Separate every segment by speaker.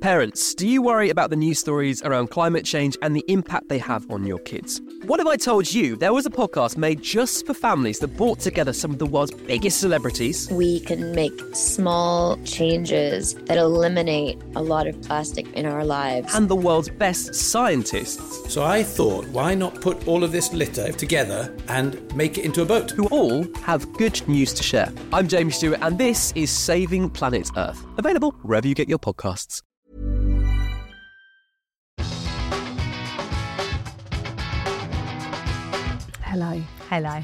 Speaker 1: Parents, do you worry about the news stories around climate change and the impact they have on your kids? What if I told you there was a podcast made just for families that brought together some of the world's biggest celebrities?
Speaker 2: We can make small changes that eliminate a lot of plastic in our lives.
Speaker 1: And the world's best scientists,
Speaker 3: So I thought, why not put all of this litter together and make it into a boat?
Speaker 1: who all have good news to share. I'm James Stewart, and this is Saving Planet Earth, available wherever you get your podcasts.
Speaker 4: Hello,
Speaker 5: Hello.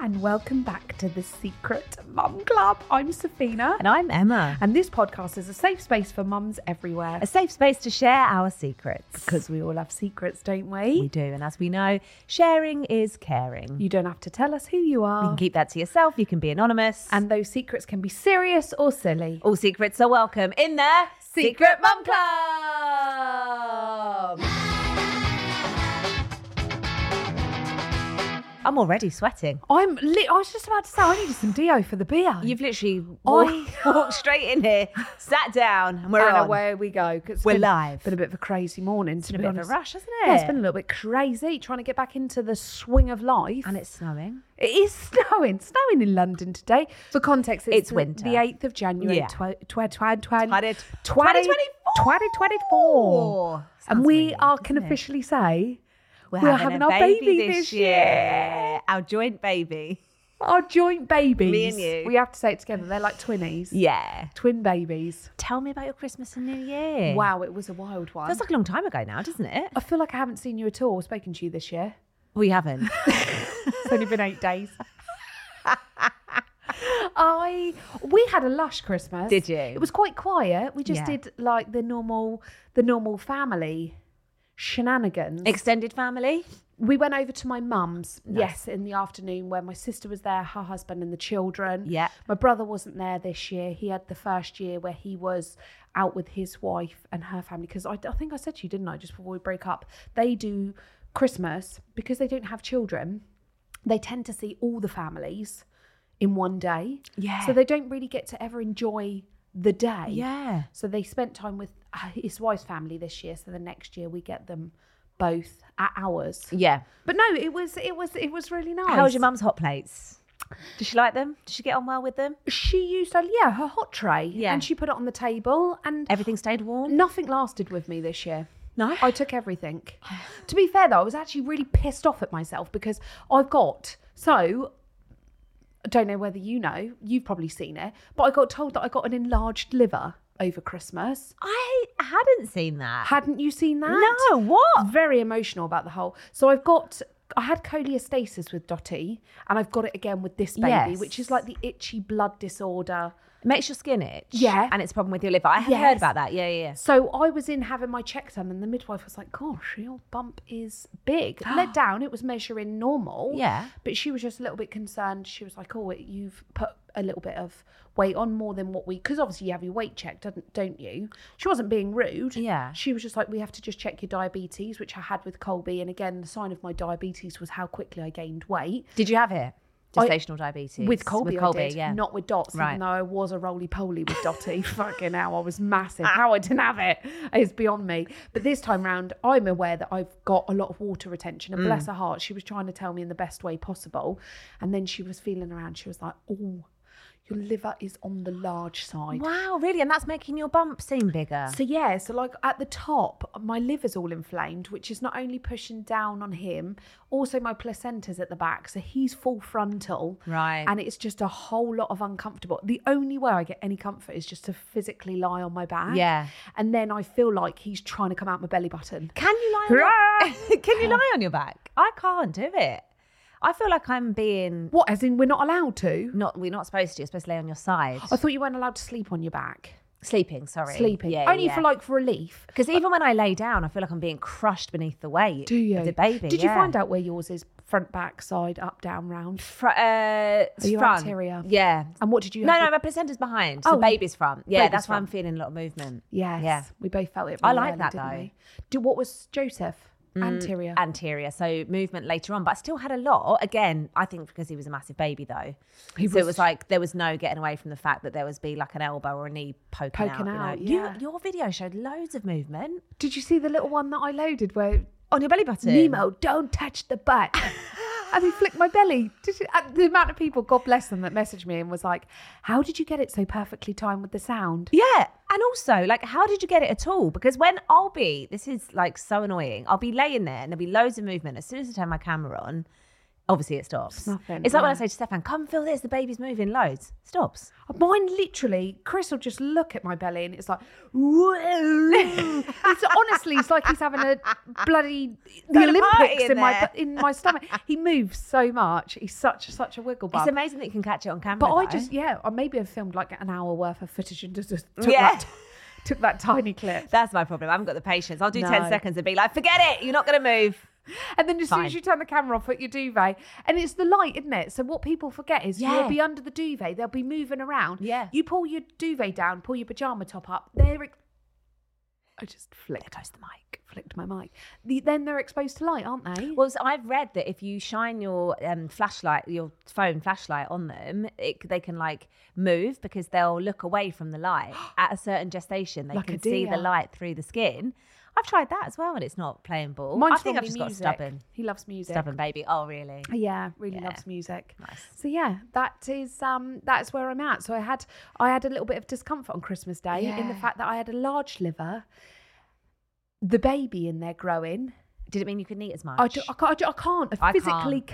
Speaker 4: and welcome back to the Secret Mum Club. I'm Safina,
Speaker 5: And I'm Emma.
Speaker 4: and this podcast is a safe space for mums everywhere
Speaker 5: A safe space to share our secrets.
Speaker 4: because we all have secrets, don't
Speaker 5: we
Speaker 4: we?
Speaker 5: do. And as we know, sharing is caring.
Speaker 4: You don't have to tell us who you
Speaker 5: You can
Speaker 4: are,
Speaker 5: keep that to yourself. You can be anonymous.
Speaker 4: and those secrets can be serious or silly.
Speaker 5: all secrets are welcome in the
Speaker 4: Secret Mum
Speaker 5: Club. I'm already sweating.
Speaker 4: I'm. Li- I was just about to say I needed some deo for the beer.
Speaker 5: You've literally walked, walked straight in here, sat down, and we're
Speaker 4: and
Speaker 5: on.
Speaker 4: away we go. 'cause it's
Speaker 5: We're
Speaker 4: been-
Speaker 5: live.
Speaker 4: Been a bit of a crazy morning.
Speaker 5: It's
Speaker 4: to
Speaker 5: been a
Speaker 4: be
Speaker 5: bit of a
Speaker 4: honest.
Speaker 5: rush, hasn't
Speaker 4: Yeah, it's
Speaker 5: it?
Speaker 4: been a little bit crazy trying to get back into the swing of life.
Speaker 5: And it's snowing.
Speaker 4: It is snowing, snowing in London today. For context, it's,
Speaker 5: It's
Speaker 4: the-
Speaker 5: winter.
Speaker 4: The 8th of January,
Speaker 5: Yeah.
Speaker 4: twi- twi- twi- twen-
Speaker 5: Twenty-
Speaker 4: 2024. 2024.
Speaker 5: Sounds
Speaker 4: And we
Speaker 5: weird,
Speaker 4: are, can
Speaker 5: doesn't it?
Speaker 4: officially say,
Speaker 5: We're,
Speaker 4: We're
Speaker 5: having,
Speaker 4: having
Speaker 5: a
Speaker 4: our
Speaker 5: baby,
Speaker 4: baby
Speaker 5: this,
Speaker 4: this
Speaker 5: year.
Speaker 4: year.
Speaker 5: Our joint baby.
Speaker 4: our joint babies.
Speaker 5: you.
Speaker 4: We have to say it together. They're like twinnies,
Speaker 5: Yeah.
Speaker 4: twin babies.
Speaker 5: Tell me about your Christmas and New Year.
Speaker 4: Wow, Oh, it was a wild one.
Speaker 5: Feels like a long time ago now, doesn't it?
Speaker 4: I feel like I haven't seen you at all or spoken to you this year.
Speaker 5: We haven't.
Speaker 4: It's only been eight days. I we had a lush Christmas.
Speaker 5: Did you?
Speaker 4: It was quite quiet. We just
Speaker 5: Yeah.
Speaker 4: did like the normal the normal family shenanigans.
Speaker 5: Extended family.
Speaker 4: we went over to my mum's, yes, in the afternoon where my sister was there, her husband and the children.
Speaker 5: Yeah.
Speaker 4: My brother wasn't there this year. He had the first year where he was out with his wife and her family. Because I, I think I said to you, didn't I, just before we break up, they do Christmas because they don't have children. They tend to see all the families in one day.
Speaker 5: Yeah.
Speaker 4: So they don't really get to ever enjoy the day.
Speaker 5: Yeah.
Speaker 4: So they spent time with uh, his wife's family this year. So the next year we get them both at ours.
Speaker 5: Yeah.
Speaker 4: But no, it was it was it was really nice.
Speaker 5: How's your mum's hot plates? Does she like them? Does she get on well with them?
Speaker 4: She used her yeah her hot tray.
Speaker 5: Yeah.
Speaker 4: and she put it on the table, and
Speaker 5: Everything stayed warm?
Speaker 4: nothing lasted with me this year.
Speaker 5: No.
Speaker 4: I took everything. to be fair though, I was actually really pissed off at myself because I've got so. I don't know whether you know. You've probably seen it, but I got told that I got an enlarged liver over Christmas.
Speaker 5: I hadn't seen that.
Speaker 4: Hadn't you seen that?
Speaker 5: Oh, No, what?
Speaker 4: Very emotional about the whole. So I've got. I had coleostasis with Dottie, and I've got it again with this baby,
Speaker 5: Yes.
Speaker 4: which is like the itchy blood disorder.
Speaker 5: It makes your skin itch.
Speaker 4: Yeah.
Speaker 5: And it's a problem with your liver. I have
Speaker 4: Yes.
Speaker 5: heard about that. Yeah, yeah, yeah.
Speaker 4: So I was in having my check done, and the midwife was like, "Gosh, your bump is big." Let down, it was measuring normal.
Speaker 5: Yeah.
Speaker 4: but she was just a little bit concerned. She was like, "Oh, you've put a little bit of weight on more than what we," because obviously you have your weight checked, don't don't you? She wasn't being rude.
Speaker 5: Yeah.
Speaker 4: she was just like, "We have to just check your diabetes," which I had with Colby, and again, the sign of my diabetes was how quickly I gained weight.
Speaker 5: Did you have it?
Speaker 4: I-
Speaker 5: Gestational diabetes.
Speaker 4: With Colby,
Speaker 5: With Colby,
Speaker 4: I did,
Speaker 5: yeah.
Speaker 4: not with Dots,
Speaker 5: Right.
Speaker 4: even though I was a roly poly with Dotty. Fucking hell, I was massive. How I didn't have it is beyond me. But this time round, I'm aware that I've got a lot of water retention. And
Speaker 5: Mm.
Speaker 4: bless her heart, she was trying to tell me in the best way possible. And then she was feeling around. She was like, oh, your liver is on the large side.
Speaker 5: Wow, really? And that's making your bump seem bigger.
Speaker 4: So yeah, so like at the top, my liver's all inflamed, which is not only pushing down on him, also my placenta's at the back, so he's full frontal.
Speaker 5: Right.
Speaker 4: And it's just a whole lot of uncomfortable. The only way I get any comfort is just to physically lie on my back.
Speaker 5: Yeah.
Speaker 4: And then I feel like he's trying to come out my belly button.
Speaker 5: Can you lie? On your, can you lie on your back? I can't do it. I feel like I'm being
Speaker 4: What? As in, we're not allowed to?
Speaker 5: not. We're not supposed to. You're supposed to lay on your side.
Speaker 4: I thought you weren't allowed to sleep on your back.
Speaker 5: Sleeping, sorry.
Speaker 4: Sleeping.
Speaker 5: Yeah,
Speaker 4: Only for like relief.
Speaker 5: Because even when I lay down, I feel like I'm being crushed beneath the weight
Speaker 4: Do you?
Speaker 5: of the baby.
Speaker 4: Did
Speaker 5: yeah.
Speaker 4: you find out where yours is? Front, back, side, up, down, round.
Speaker 5: Fr- uh,
Speaker 4: you
Speaker 5: front.
Speaker 4: anterior?
Speaker 5: Yeah.
Speaker 4: And what did you?
Speaker 5: No,
Speaker 4: have
Speaker 5: no,
Speaker 4: with-
Speaker 5: my placenta's behind. So
Speaker 4: Oh.
Speaker 5: baby's front. Yeah,
Speaker 4: Baby's
Speaker 5: that's why I'm
Speaker 4: front.
Speaker 5: feeling a lot of movement.
Speaker 4: Yes.
Speaker 5: Yeah.
Speaker 4: We both felt it.
Speaker 5: I
Speaker 4: really
Speaker 5: like
Speaker 4: early,
Speaker 5: that,
Speaker 4: didn't
Speaker 5: though. Mm,
Speaker 4: we? Do what was Joseph anterior?
Speaker 5: Anterior, so movement later on, but I still had a lot. Again, I think because he was a massive baby though,
Speaker 4: He
Speaker 5: so it
Speaker 4: was-
Speaker 5: was like there was no getting away from the fact that there was be like an elbow or a knee poking,
Speaker 4: Poking
Speaker 5: out.
Speaker 4: out,
Speaker 5: you know?
Speaker 4: yeah.
Speaker 5: you, your video showed loads of movement
Speaker 4: Did you see the little one that I loaded where
Speaker 5: on your belly button.
Speaker 4: Nemo, don't touch the butt. and he flicked my belly. Did you, uh, the amount of people, God bless them, that messaged me and was like, "How did you get it so perfectly timed with the sound?"
Speaker 5: Yeah. And also, like, how did you get it at all? Because when I'll be, this is like so annoying, I'll be laying there and there'll be loads of movement. As soon as I turn my camera on, obviously it stops. It's
Speaker 4: nothing,
Speaker 5: It's like when I
Speaker 4: yeah.
Speaker 5: say to Stefan, come feel this, the baby's moving loads. Stops.
Speaker 4: Mine literally, Chris will just look at my belly and it's like, "Whoa." it's honestly, it's like he's having a bloody the
Speaker 5: Having a party
Speaker 4: Olympics
Speaker 5: in
Speaker 4: in, my
Speaker 5: there.
Speaker 4: in my stomach. He moves so much. He's such such a wiggle bum.
Speaker 5: It's amazing that you can catch it on camera.
Speaker 4: But I
Speaker 5: though.
Speaker 4: just, yeah, or maybe I filmed like an hour worth of footage and just, just took,
Speaker 5: Yeah.
Speaker 4: that, took that tiny clip.
Speaker 5: That's my problem. I haven't got the patience. I'll do 10
Speaker 4: No.
Speaker 5: seconds and be like, forget it. You're not going to move.
Speaker 4: And then as soon as
Speaker 5: Fine.
Speaker 4: you turn the camera off, put your duvet, and it's the light, isn't it? So what people forget is
Speaker 5: Yeah.
Speaker 4: you'll be under the duvet, they'll be moving around.
Speaker 5: Yeah.
Speaker 4: You pull your duvet down, pull your pajama top up. They're. Ex- I just flicked. There goes the mic. Flicked my mic. The, then they're exposed to light, aren't they?
Speaker 5: Well, so I've read that if you shine your um, flashlight, your phone flashlight on them, it, they can like move because they'll look away from the light at a certain gestation. They
Speaker 4: Like a
Speaker 5: can see the
Speaker 4: deer.
Speaker 5: light through the skin. I've tried that as well, and it's not playing ball. I
Speaker 4: Mine's
Speaker 5: think I've
Speaker 4: normally
Speaker 5: just
Speaker 4: music.
Speaker 5: got a stubborn,
Speaker 4: He loves music.
Speaker 5: stubborn baby. Oh, really?
Speaker 4: Yeah, really
Speaker 5: Yeah.
Speaker 4: loves music.
Speaker 5: Nice.
Speaker 4: So yeah, that is um that's where I'm at. So I had I had a little bit of discomfort on Christmas Day in the
Speaker 5: Yeah.
Speaker 4: fact that I had a large liver, the baby in there growing.
Speaker 5: Did it mean you couldn't eat as much?
Speaker 4: I, ju- I, ca- I, ju- I can't, I
Speaker 5: I
Speaker 4: physically
Speaker 5: I know.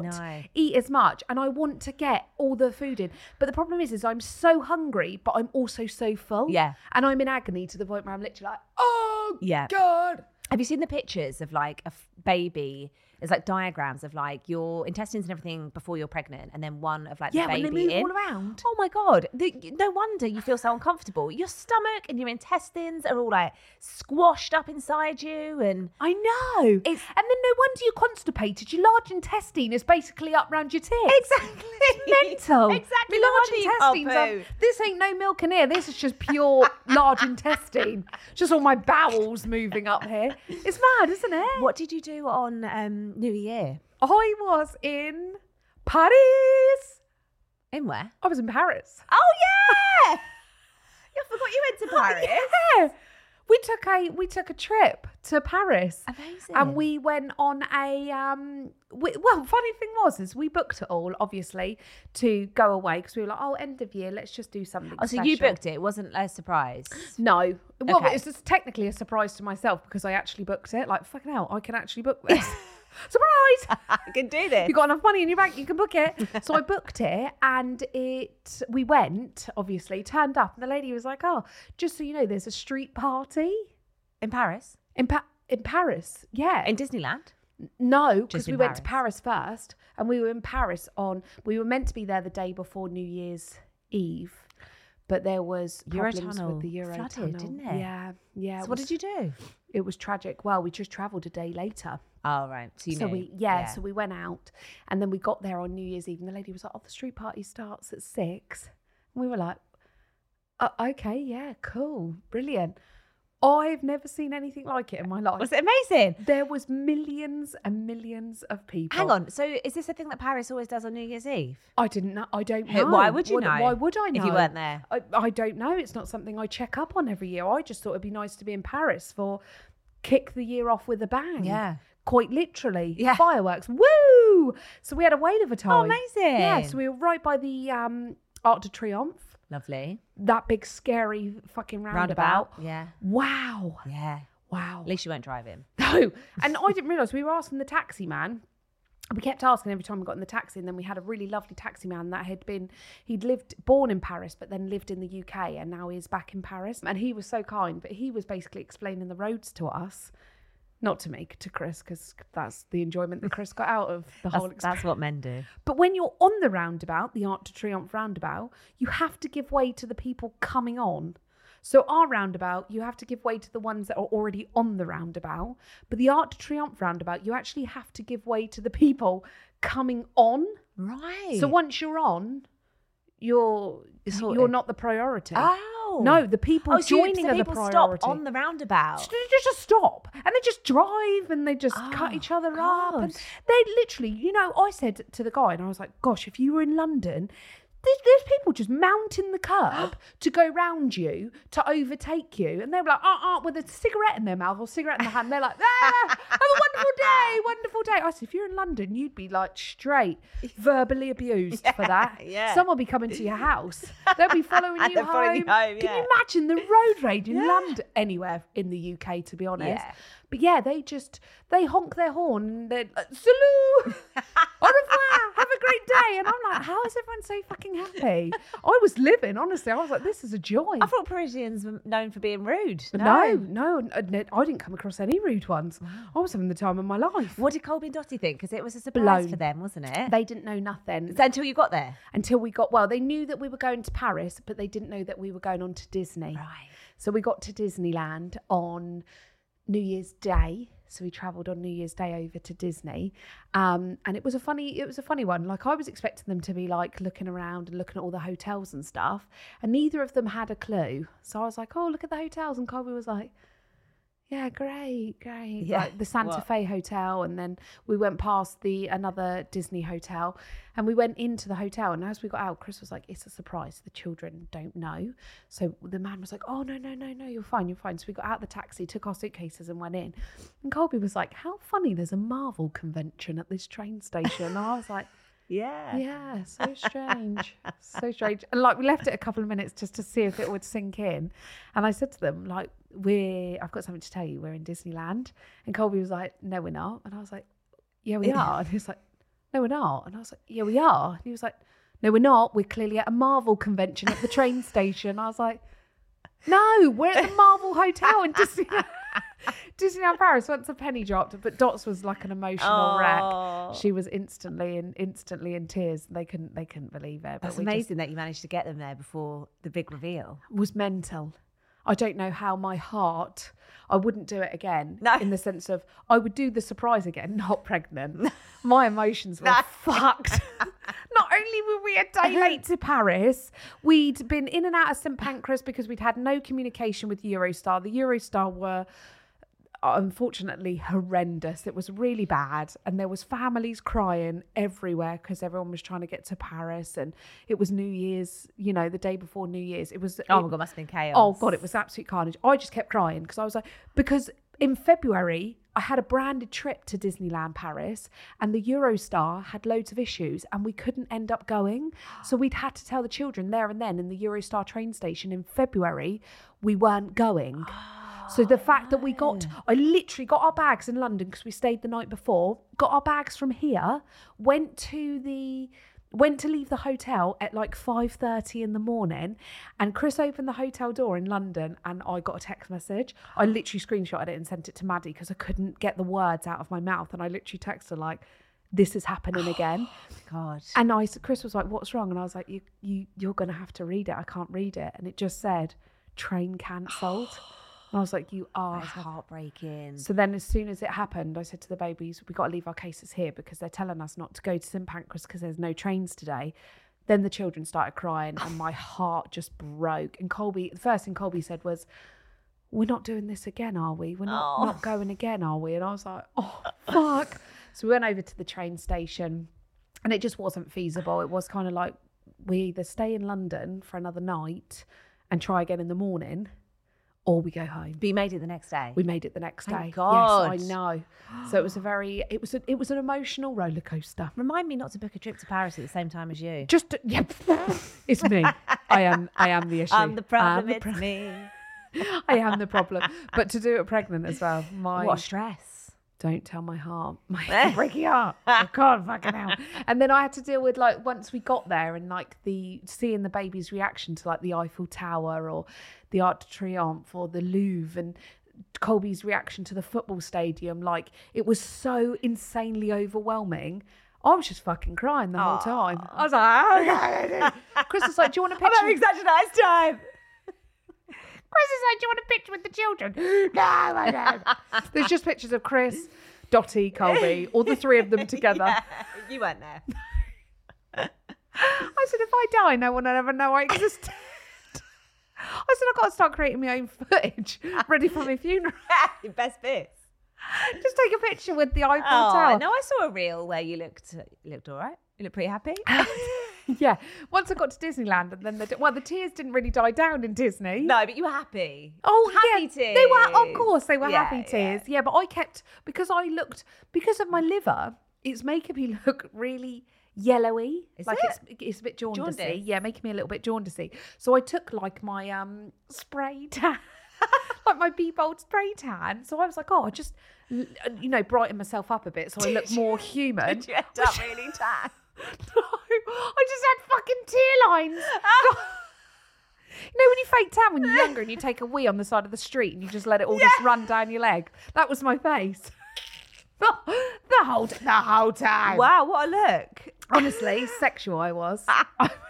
Speaker 4: cannot eat as much, and I want to get all the food in. But the problem is, is I'm so hungry, but I'm also so full.
Speaker 5: Yeah.
Speaker 4: and I'm in agony to the point where I'm literally like, oh
Speaker 5: Yeah.
Speaker 4: god.
Speaker 5: Have you seen the pictures of like a f- baby? There's like diagrams of like your intestines and everything before you're pregnant, and then one of like
Speaker 4: Yeah,
Speaker 5: the baby
Speaker 4: when they move
Speaker 5: in.
Speaker 4: all around.
Speaker 5: Oh my god! The, no wonder you feel so uncomfortable. Your stomach and your intestines are all like squashed up inside you, and
Speaker 4: I know. and then no wonder you're constipated. Your large intestine is basically up round your tits.
Speaker 5: Exactly.
Speaker 4: It's mental. My
Speaker 5: Exactly. No
Speaker 4: large
Speaker 5: wonder you- oh,
Speaker 4: intestines. are-
Speaker 5: boo.
Speaker 4: this ain't no milk in here. This is just pure large intestine. Just all my bowels moving up here. It's mad, isn't it?
Speaker 5: what did you do on um, New Year?
Speaker 4: I was in Paris.
Speaker 5: In where?
Speaker 4: I was in Paris.
Speaker 5: Oh yeah! Oh, I forgot you went to Paris.
Speaker 4: Yeah. We took a we took a trip to Paris.
Speaker 5: Amazing.
Speaker 4: And we went on a um. We, well, funny thing was is we booked it all obviously to go away because we were like, oh, end of year, let's just do something.
Speaker 5: Oh, so you
Speaker 4: special.
Speaker 5: booked it. It wasn't a surprise.
Speaker 4: No. Well,
Speaker 5: Okay.
Speaker 4: it's just technically a surprise to myself because I actually booked it. Like, fucking hell, I can actually book this. surprise!
Speaker 5: I can do this.
Speaker 4: you got enough money in your bank, you can book it. So I booked it and it we went, obviously, turned up, and the lady was like, Oh, just so you know, there's a street party
Speaker 5: in Paris,
Speaker 4: in pa- in Paris. Yeah.
Speaker 5: in Disneyland.
Speaker 4: no,
Speaker 5: Just
Speaker 4: because we
Speaker 5: in
Speaker 4: went to Paris first and we were in Paris on we were meant to be there the day before New Year's Eve. But there was problems
Speaker 5: Eurotunnel
Speaker 4: with the Euro
Speaker 5: flooded, didn't it?
Speaker 4: Yeah, yeah.
Speaker 5: So
Speaker 4: it
Speaker 5: what
Speaker 4: was-
Speaker 5: did you do?
Speaker 4: it was tragic. Well, we just travelled a day later.
Speaker 5: Oh right, so you
Speaker 4: so
Speaker 5: knew.
Speaker 4: we yeah, so we went out and then we got there on New Year's Eve and the lady was like, Oh, the street party starts at six. And we were like, "Oh, okay, yeah, cool, brilliant. I've never seen anything like it in my life.
Speaker 5: was it amazing?
Speaker 4: There was millions and millions of people.
Speaker 5: Hang on. So is this a thing that Paris always does on New Year's Eve?
Speaker 4: I didn't know. I don't
Speaker 5: Who-
Speaker 4: know.
Speaker 5: why would you know
Speaker 4: Why would I
Speaker 5: if
Speaker 4: know?
Speaker 5: you weren't there?
Speaker 4: I, I don't know. It's not something I check up on every year. I just thought it'd be nice to be in Paris for kick the year off with a bang.
Speaker 5: Yeah.
Speaker 4: Quite literally.
Speaker 5: Yeah. Oh,
Speaker 4: Fireworks. Woo! So we had a whale of a time.
Speaker 5: amazing.
Speaker 4: Yeah. So we were right by the um, Arc de Triomphe,
Speaker 5: Lovely.
Speaker 4: that big scary fucking roundabout.
Speaker 5: Yeah.
Speaker 4: Wow.
Speaker 5: Yeah.
Speaker 4: Wow.
Speaker 5: At least you weren't driving.
Speaker 4: No. And I didn't realise we were asking the taxi man. We kept asking every time we got in the taxi, and then we had a really lovely taxi man that had been, he'd lived, born in Paris, but then lived in the UK, and now he's back in Paris. And he was so kind, but he was basically explaining the roads to us, not to me, to Chris, because that's the enjoyment that Chris got out of the
Speaker 5: That's,
Speaker 4: whole
Speaker 5: that's
Speaker 4: experience.
Speaker 5: what men do.
Speaker 4: But when you're on the roundabout, the Arc de Triomphe roundabout, you have to give way to the people coming on. So our roundabout, you have to give way to the ones that are already on the roundabout. But the Arc de Triomphe roundabout, you actually have to give way to the people coming on.
Speaker 5: Right.
Speaker 4: So once you're on, you're
Speaker 5: You're
Speaker 4: you're,
Speaker 5: sorted.
Speaker 4: not the priority.
Speaker 5: Oh.
Speaker 4: no, the people
Speaker 5: oh, so you mean
Speaker 4: joining
Speaker 5: the
Speaker 4: are the
Speaker 5: people
Speaker 4: priority.
Speaker 5: stop on the roundabout.
Speaker 4: Just- just, just stop and they just drive and they just cut
Speaker 5: Oh,
Speaker 4: each other up and
Speaker 5: God.
Speaker 4: they literally you know i said to the guy and i was like gosh if you were in london there's, there's people just mounting the curb to go round you to overtake you and they were like uh-uh with a cigarette in their mouth or cigarette in their hand they're like ah, have a wonderful day wonderful day i said if you're in london you'd be like straight verbally abused for that
Speaker 5: yeah.
Speaker 4: someone will be coming to your house they'll be following you
Speaker 5: They're following you home,
Speaker 4: can
Speaker 5: yeah.
Speaker 4: you imagine the road rage in London, anywhere in the UK, to be honest.
Speaker 5: Yeah.
Speaker 4: But yeah, they just they honk their horn and they're like, salut, au revoir, have a great day. And I'm like, how is everyone so fucking happy? I was living, honestly. I was like, this is a joy.
Speaker 5: I thought Parisians were known for being rude.
Speaker 4: no, no, n- n- I didn't come across any rude ones. I was having the time of my life.
Speaker 5: What did Colby and Dotty think? Because it was a surprise for
Speaker 4: Blown.
Speaker 5: them, wasn't it?
Speaker 4: They didn't know nothing
Speaker 5: So until you got there.
Speaker 4: until we got well. They knew that we were going to Paris, but they didn't know that we were going on to Disney.
Speaker 5: Right.
Speaker 4: So we got to Disneyland on New Year's Day. So we travelled on New Year's Day over to Disney, um, and it was a funny. It was a funny one. Like I was expecting them to be like looking around and looking at all the hotels and stuff, and neither of them had a clue. So I was like, "Oh, look at the hotels," and Colby was like, "Yeah, great, great."
Speaker 5: Yeah,
Speaker 4: Like the Santa
Speaker 5: what?
Speaker 4: Fe Hotel, and then we went past the another Disney hotel, and we went into the hotel. And as we got out, Chris was like, "It's a surprise. The children don't know." So the man was like, "Oh no, no, no, no, you're fine, you're fine." So we got out of the taxi, took our suitcases, and went in. And Colby was like, "How funny! There's a Marvel convention at this train station." And I was like.
Speaker 5: Yeah.
Speaker 4: Yeah, so strange. so strange. And like we left it a couple of minutes just to see if it would sink in. And I said to them, like, we're I've got something to tell you, we're in Disneyland. And Colby was like, No, we're not. And I was like, Yeah, we are. And he was like, No, we're not. And I was like, Yeah, we are. And he was like, No, we're not. We're clearly at a Marvel convention at the train station. I was like, No, we're at the Marvel Hotel in Disneyland. Disneyland Paris once a penny dropped, but Dots was like an emotional
Speaker 5: Oh.
Speaker 4: wreck. She was instantly in instantly in tears. They couldn't they couldn't believe it.
Speaker 5: That's
Speaker 4: but we just-
Speaker 5: amazing that you managed to get them there before the big reveal.
Speaker 4: was mental. I don't know how my heart. I wouldn't do it again.
Speaker 5: No.
Speaker 4: In the sense of I would do the surprise again, not pregnant. my emotions were fucked. not only were we a day late to Paris, we'd been in and out of St Pancras because we'd had no communication with Eurostar. The Eurostar were unfortunately horrendous. It was really bad, and there was families crying everywhere because everyone was trying to get to Paris, and it was New Year's. You know, the day before New Year's, it was.
Speaker 5: Oh
Speaker 4: it-
Speaker 5: my god, must have been chaos.
Speaker 4: Oh god, it was absolute carnage. I just kept crying because I was like, because in February I had a branded trip to Disneyland Paris, and the Eurostar had loads of issues, and we couldn't end up going. So we'd had to tell the children there and then in the Eurostar train station in February we weren't going.
Speaker 5: Oh.
Speaker 4: So the fact that we got, I literally got our bags in London because we stayed the night before. Got our bags from here, went to the, went to leave the hotel at like five thirty in the morning, and Chris opened the hotel door in London, and I got a text message. I literally screenshotted it and sent it to Maddie because I couldn't get the words out of my mouth, and I literally texted her like, "This is happening again."
Speaker 5: god.
Speaker 4: And I, s- Chris was like, "What's wrong?" And I was like, "You, you, you're going to have to read it. I can't read it." And it just said, "Train cancelled." and I was like, "You are."
Speaker 5: That's heartbreaking.
Speaker 4: So then, as soon as it happened, I said to the babies, "We got to leave our cases here because they're telling us not to go to St Pancras because there's no trains today." Then the children started crying, and my heart just broke. And Colby, the first thing Colby said was, "We're not doing this again, are we? We're not,
Speaker 5: Oh.
Speaker 4: not going again, are we?" And I was like, "Oh fuck!" so we went over to the train station, and it just wasn't feasible. It was kind of like we either stay in London for another night and try again in the morning, or we go home.
Speaker 5: But you made it the next day.
Speaker 4: We made it the next
Speaker 5: Thank
Speaker 4: day.
Speaker 5: God.
Speaker 4: Yes, I know. So it was a very it was a, it was an emotional roller coaster.
Speaker 5: Remind me not to book a trip to Paris at the same time as you.
Speaker 4: Just uh, yeah, it's me. I am I am the issue.
Speaker 5: I'm Um, the problem.
Speaker 4: I am the,
Speaker 5: it's
Speaker 4: pro-
Speaker 5: me.
Speaker 4: I am the problem. But to do it pregnant as well, my
Speaker 5: What a stress.
Speaker 4: don't tell my heart, my breaking heart. Oh God, fucking hell! And then I had to deal with like once we got there and like the seeing the baby's reaction to like the Eiffel Tower or the Arc de Triomphe or the Louvre and Colby's reaction to the football stadium. Like it was so insanely overwhelming. I was just fucking crying the whole time. I was like, "Ah." Chris was like, "Do you want a picture?"
Speaker 5: such a nice time.
Speaker 4: Chris is like, do you want a picture with the children? No, I don't. There's just pictures of Chris, Dottie, Colby, all the three of them together.
Speaker 5: you weren't there.
Speaker 4: I said, if I die, no one will ever know I existed. I said, I've got to start creating my own footage ready for my funeral.
Speaker 5: Best bits.
Speaker 4: Just take a picture with the iPhone
Speaker 5: Oh,
Speaker 4: tower.
Speaker 5: no, I saw a reel where you looked you looked all right. You looked pretty happy.
Speaker 4: Yeah. Once I got to Disneyland, and then the, well, the tears didn't really die down in Disney.
Speaker 5: no, but you were happy.
Speaker 4: Oh,
Speaker 5: happy
Speaker 4: yeah.
Speaker 5: tears.
Speaker 4: They were, of course, they were
Speaker 5: Yeah,
Speaker 4: happy
Speaker 5: yeah.
Speaker 4: tears. Yeah. but I kept because I looked because of my liver, it's making me look really yellowy.
Speaker 5: Is
Speaker 4: like
Speaker 5: it?
Speaker 4: it's it's a bit jaundicey.
Speaker 5: Jaundice.
Speaker 4: Yeah, making me a little bit jaundicey. So I took like my um spray tan, like my bee bold spray tan. So I was like, oh, I just l- uh, you know brighten myself up a bit so I look more human.
Speaker 5: Did you end up really tan?
Speaker 4: No, I just had fucking tear lines. God. You know when you fake tan when you're younger and you take a wee on the side of the street and you just let it all just run down your leg? That was my face. the the whole t- the whole time.
Speaker 5: Wow, what a look.
Speaker 4: Honestly, sexual I was.
Speaker 5: Ah.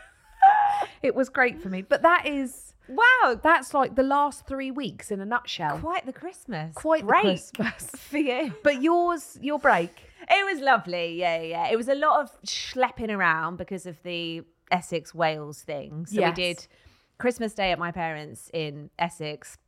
Speaker 4: it was great for me. But that is
Speaker 5: Wow,
Speaker 4: that's like the last three weeks in a nutshell.
Speaker 5: quite the Christmas.
Speaker 4: Quite the
Speaker 5: break
Speaker 4: Christmas.
Speaker 5: for you.
Speaker 4: But yours, your break.
Speaker 5: It was lovely. Yeah, yeah. yeah. It was a lot of schlepping around because of the Essex Wales thing. So
Speaker 4: Yes.
Speaker 5: we did Christmas Day at my parents in Essex.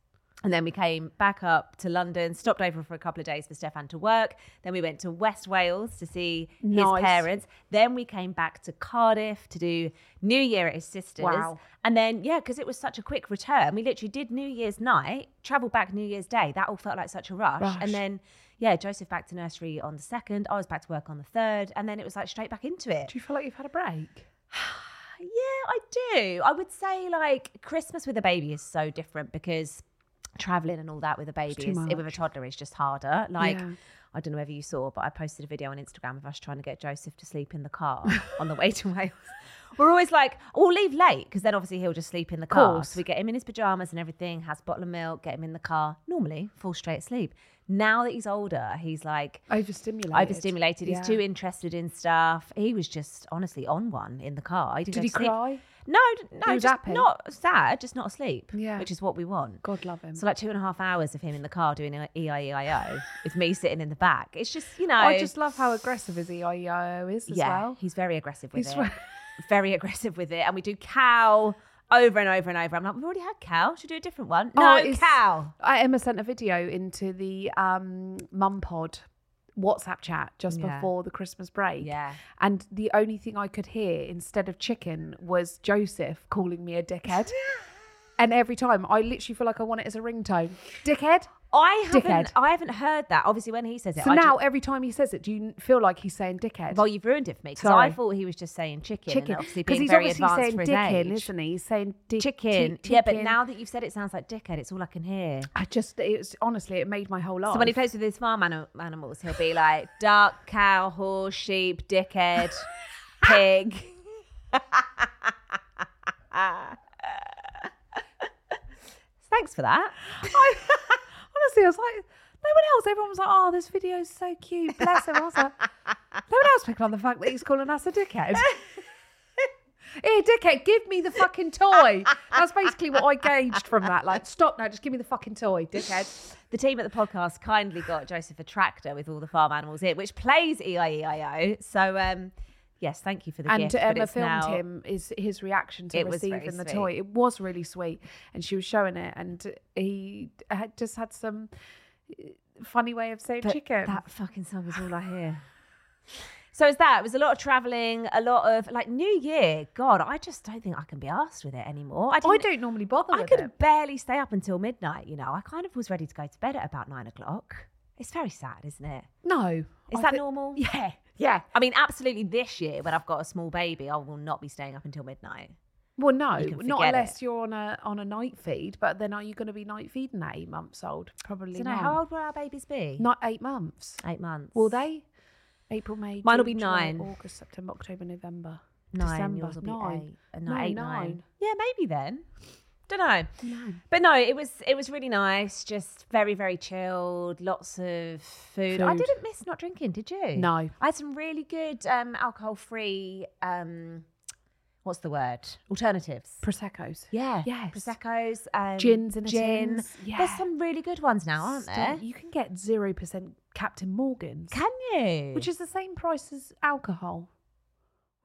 Speaker 5: And then we came back up to London, stopped over for a couple of days for Stefan to work. Then we went to West Wales to see
Speaker 4: Nice.
Speaker 5: his parents. Then we came back to Cardiff to do New Year at his sister's.
Speaker 4: Wow.
Speaker 5: And then, yeah, because it was such a quick return, we literally did New Year's night, travelled back New Year's Day. That all felt like such a rush.
Speaker 4: Rush.
Speaker 5: And then, yeah, Joseph back to nursery on the second. I was back to work on the third. And then it was like straight back into it.
Speaker 4: Do you feel like you've had a break?
Speaker 5: Yeah, I do. I would say like Christmas with a baby is so different because traveling and all that with a baby
Speaker 4: too
Speaker 5: is,
Speaker 4: much.
Speaker 5: with a toddler is just harder. Like,
Speaker 4: Yeah.
Speaker 5: I don't know whether you saw, but I posted a video on Instagram of us trying to get Joseph to sleep in the car on the way to Wales. We're always like, oh, we'll leave late because then obviously he'll just sleep in the car.
Speaker 4: Course.
Speaker 5: So we get him in his pajamas and everything, has a bottle of milk, get him in the car. Normally, fall straight asleep. Now that he's older, he's like,
Speaker 4: Overstimulated.
Speaker 5: overstimulated. He's
Speaker 4: Yeah.
Speaker 5: too interested in stuff. He was just honestly on one in the car. He didn't
Speaker 4: Did
Speaker 5: go
Speaker 4: he
Speaker 5: to sleep.
Speaker 4: cry?
Speaker 5: No, d-
Speaker 4: He
Speaker 5: no,
Speaker 4: was
Speaker 5: just
Speaker 4: happy?
Speaker 5: not sad, just not asleep.
Speaker 4: Yeah.
Speaker 5: which is what we want.
Speaker 4: God love him.
Speaker 5: So like two and a half hours of him in the car doing E- EIEIO with me sitting in the back. It's just you know.
Speaker 4: I just love how aggressive his EIO is as
Speaker 5: yeah,
Speaker 4: well.
Speaker 5: he's very aggressive with
Speaker 4: He's
Speaker 5: it.
Speaker 4: ver-
Speaker 5: very aggressive with it, and we do cow over and over and over. I'm like, we've already had cow. Should we do a different one.
Speaker 4: Oh,
Speaker 5: No
Speaker 4: it's-
Speaker 5: cow.
Speaker 4: I, Emma sent a video into the um, Mum Pod WhatsApp chat just
Speaker 5: Yeah.
Speaker 4: before the Christmas break.
Speaker 5: Yeah.
Speaker 4: And the only thing I could hear instead of chicken was Joseph calling me a dickhead. and every time I literally feel like I want it as a ringtone. Dickhead.
Speaker 5: I haven't.
Speaker 4: Dickhead.
Speaker 5: I haven't heard that. Obviously, when he says it,
Speaker 4: So
Speaker 5: I just-
Speaker 4: now every time he says it, do you feel like he's saying dickhead?
Speaker 5: Well, you've ruined it for me because
Speaker 4: Sorry.
Speaker 5: I thought he was just saying chicken.
Speaker 4: chicken.
Speaker 5: Chicken, obviously
Speaker 4: Because
Speaker 5: being
Speaker 4: he's
Speaker 5: very
Speaker 4: obviously
Speaker 5: advanced
Speaker 4: saying
Speaker 5: for his
Speaker 4: dickhead,
Speaker 5: age.
Speaker 4: isn't he? He's saying di- ti-
Speaker 5: Chicken. Yeah, but
Speaker 4: chicken.
Speaker 5: now that you've said it, it sounds like dickhead. It's all I can hear.
Speaker 4: I just, it was honestly, it made my whole life.
Speaker 5: So when he plays with his farm ani- animals, he'll be like duck, cow, horse, sheep, dickhead, pig. Thanks for that.
Speaker 4: I, honestly, I was like, no one else. Everyone was like, oh, this video's so cute. Bless him. I was like, no one else picking on the fact that he's calling us a dickhead. Here, dickhead, give me the fucking toy. That's basically what I gauged from that. Like, stop now, just give me the fucking toy, dickhead.
Speaker 5: The team at the podcast kindly got Joseph a tractor with all the farm animals in, which plays E EIEIO. So, um, yes, thank you for the
Speaker 4: And
Speaker 5: gift. but
Speaker 4: Emma
Speaker 5: it's
Speaker 4: filmed
Speaker 5: now-
Speaker 4: him is his reaction to
Speaker 5: It was very
Speaker 4: receiving the
Speaker 5: sweet.
Speaker 4: toy. It was really sweet, and she was showing it, and he had just had some uh, funny way of saying
Speaker 5: But
Speaker 4: chicken.
Speaker 5: That fucking song is all I hear. So it's that. It was a lot of traveling, a lot of like New Year. God, I just don't think I can be asked with it anymore. I,
Speaker 4: I
Speaker 5: didn't-
Speaker 4: don't normally bother.
Speaker 5: I
Speaker 4: with
Speaker 5: could
Speaker 4: it.
Speaker 5: barely stay up until midnight. You know, I kind of was ready to go to bed at about nine o'clock. It's very sad, isn't it?
Speaker 4: No,
Speaker 5: Is
Speaker 4: I
Speaker 5: that
Speaker 4: thi-
Speaker 5: normal?
Speaker 4: Yeah, yeah.
Speaker 5: I mean, absolutely. This year, when I've got a small baby, I will not be staying up until midnight.
Speaker 4: Well, no,
Speaker 5: You can
Speaker 4: not
Speaker 5: forget
Speaker 4: unless
Speaker 5: it.
Speaker 4: you're on a on a night feed. But then, are you going to be night feeding that eight months old? Probably
Speaker 5: So now,
Speaker 4: not.
Speaker 5: how old will our babies be?
Speaker 4: Not eight months.
Speaker 5: Eight months.
Speaker 4: Will they? April, May.
Speaker 5: Mine will
Speaker 4: June,
Speaker 5: be
Speaker 4: July,
Speaker 5: nine.
Speaker 4: August, September, October, November.
Speaker 5: Nine.
Speaker 4: December.
Speaker 5: Yours will be
Speaker 4: nine.
Speaker 5: eight. Uh, no,
Speaker 4: No,
Speaker 5: eight,
Speaker 4: nine.
Speaker 5: nine. Yeah, maybe then. Don't know. But no, it was it was really nice. Just very very chilled. Lots of food. I
Speaker 4: Food.
Speaker 5: didn't miss not drinking. Did you?
Speaker 4: No.
Speaker 5: I had some really good um, alcohol free. Um, what's the word? Alternatives.
Speaker 4: Prosecco's.
Speaker 5: Yeah.
Speaker 4: Yes.
Speaker 5: Prosecco's, um,
Speaker 4: Gins and a
Speaker 5: gin.
Speaker 4: tins.
Speaker 5: There's
Speaker 4: Yeah.
Speaker 5: some really good ones now, aren't there?
Speaker 4: You can get 0% Captain Morgan's.
Speaker 5: Can you?
Speaker 4: which is the same price as alcohol,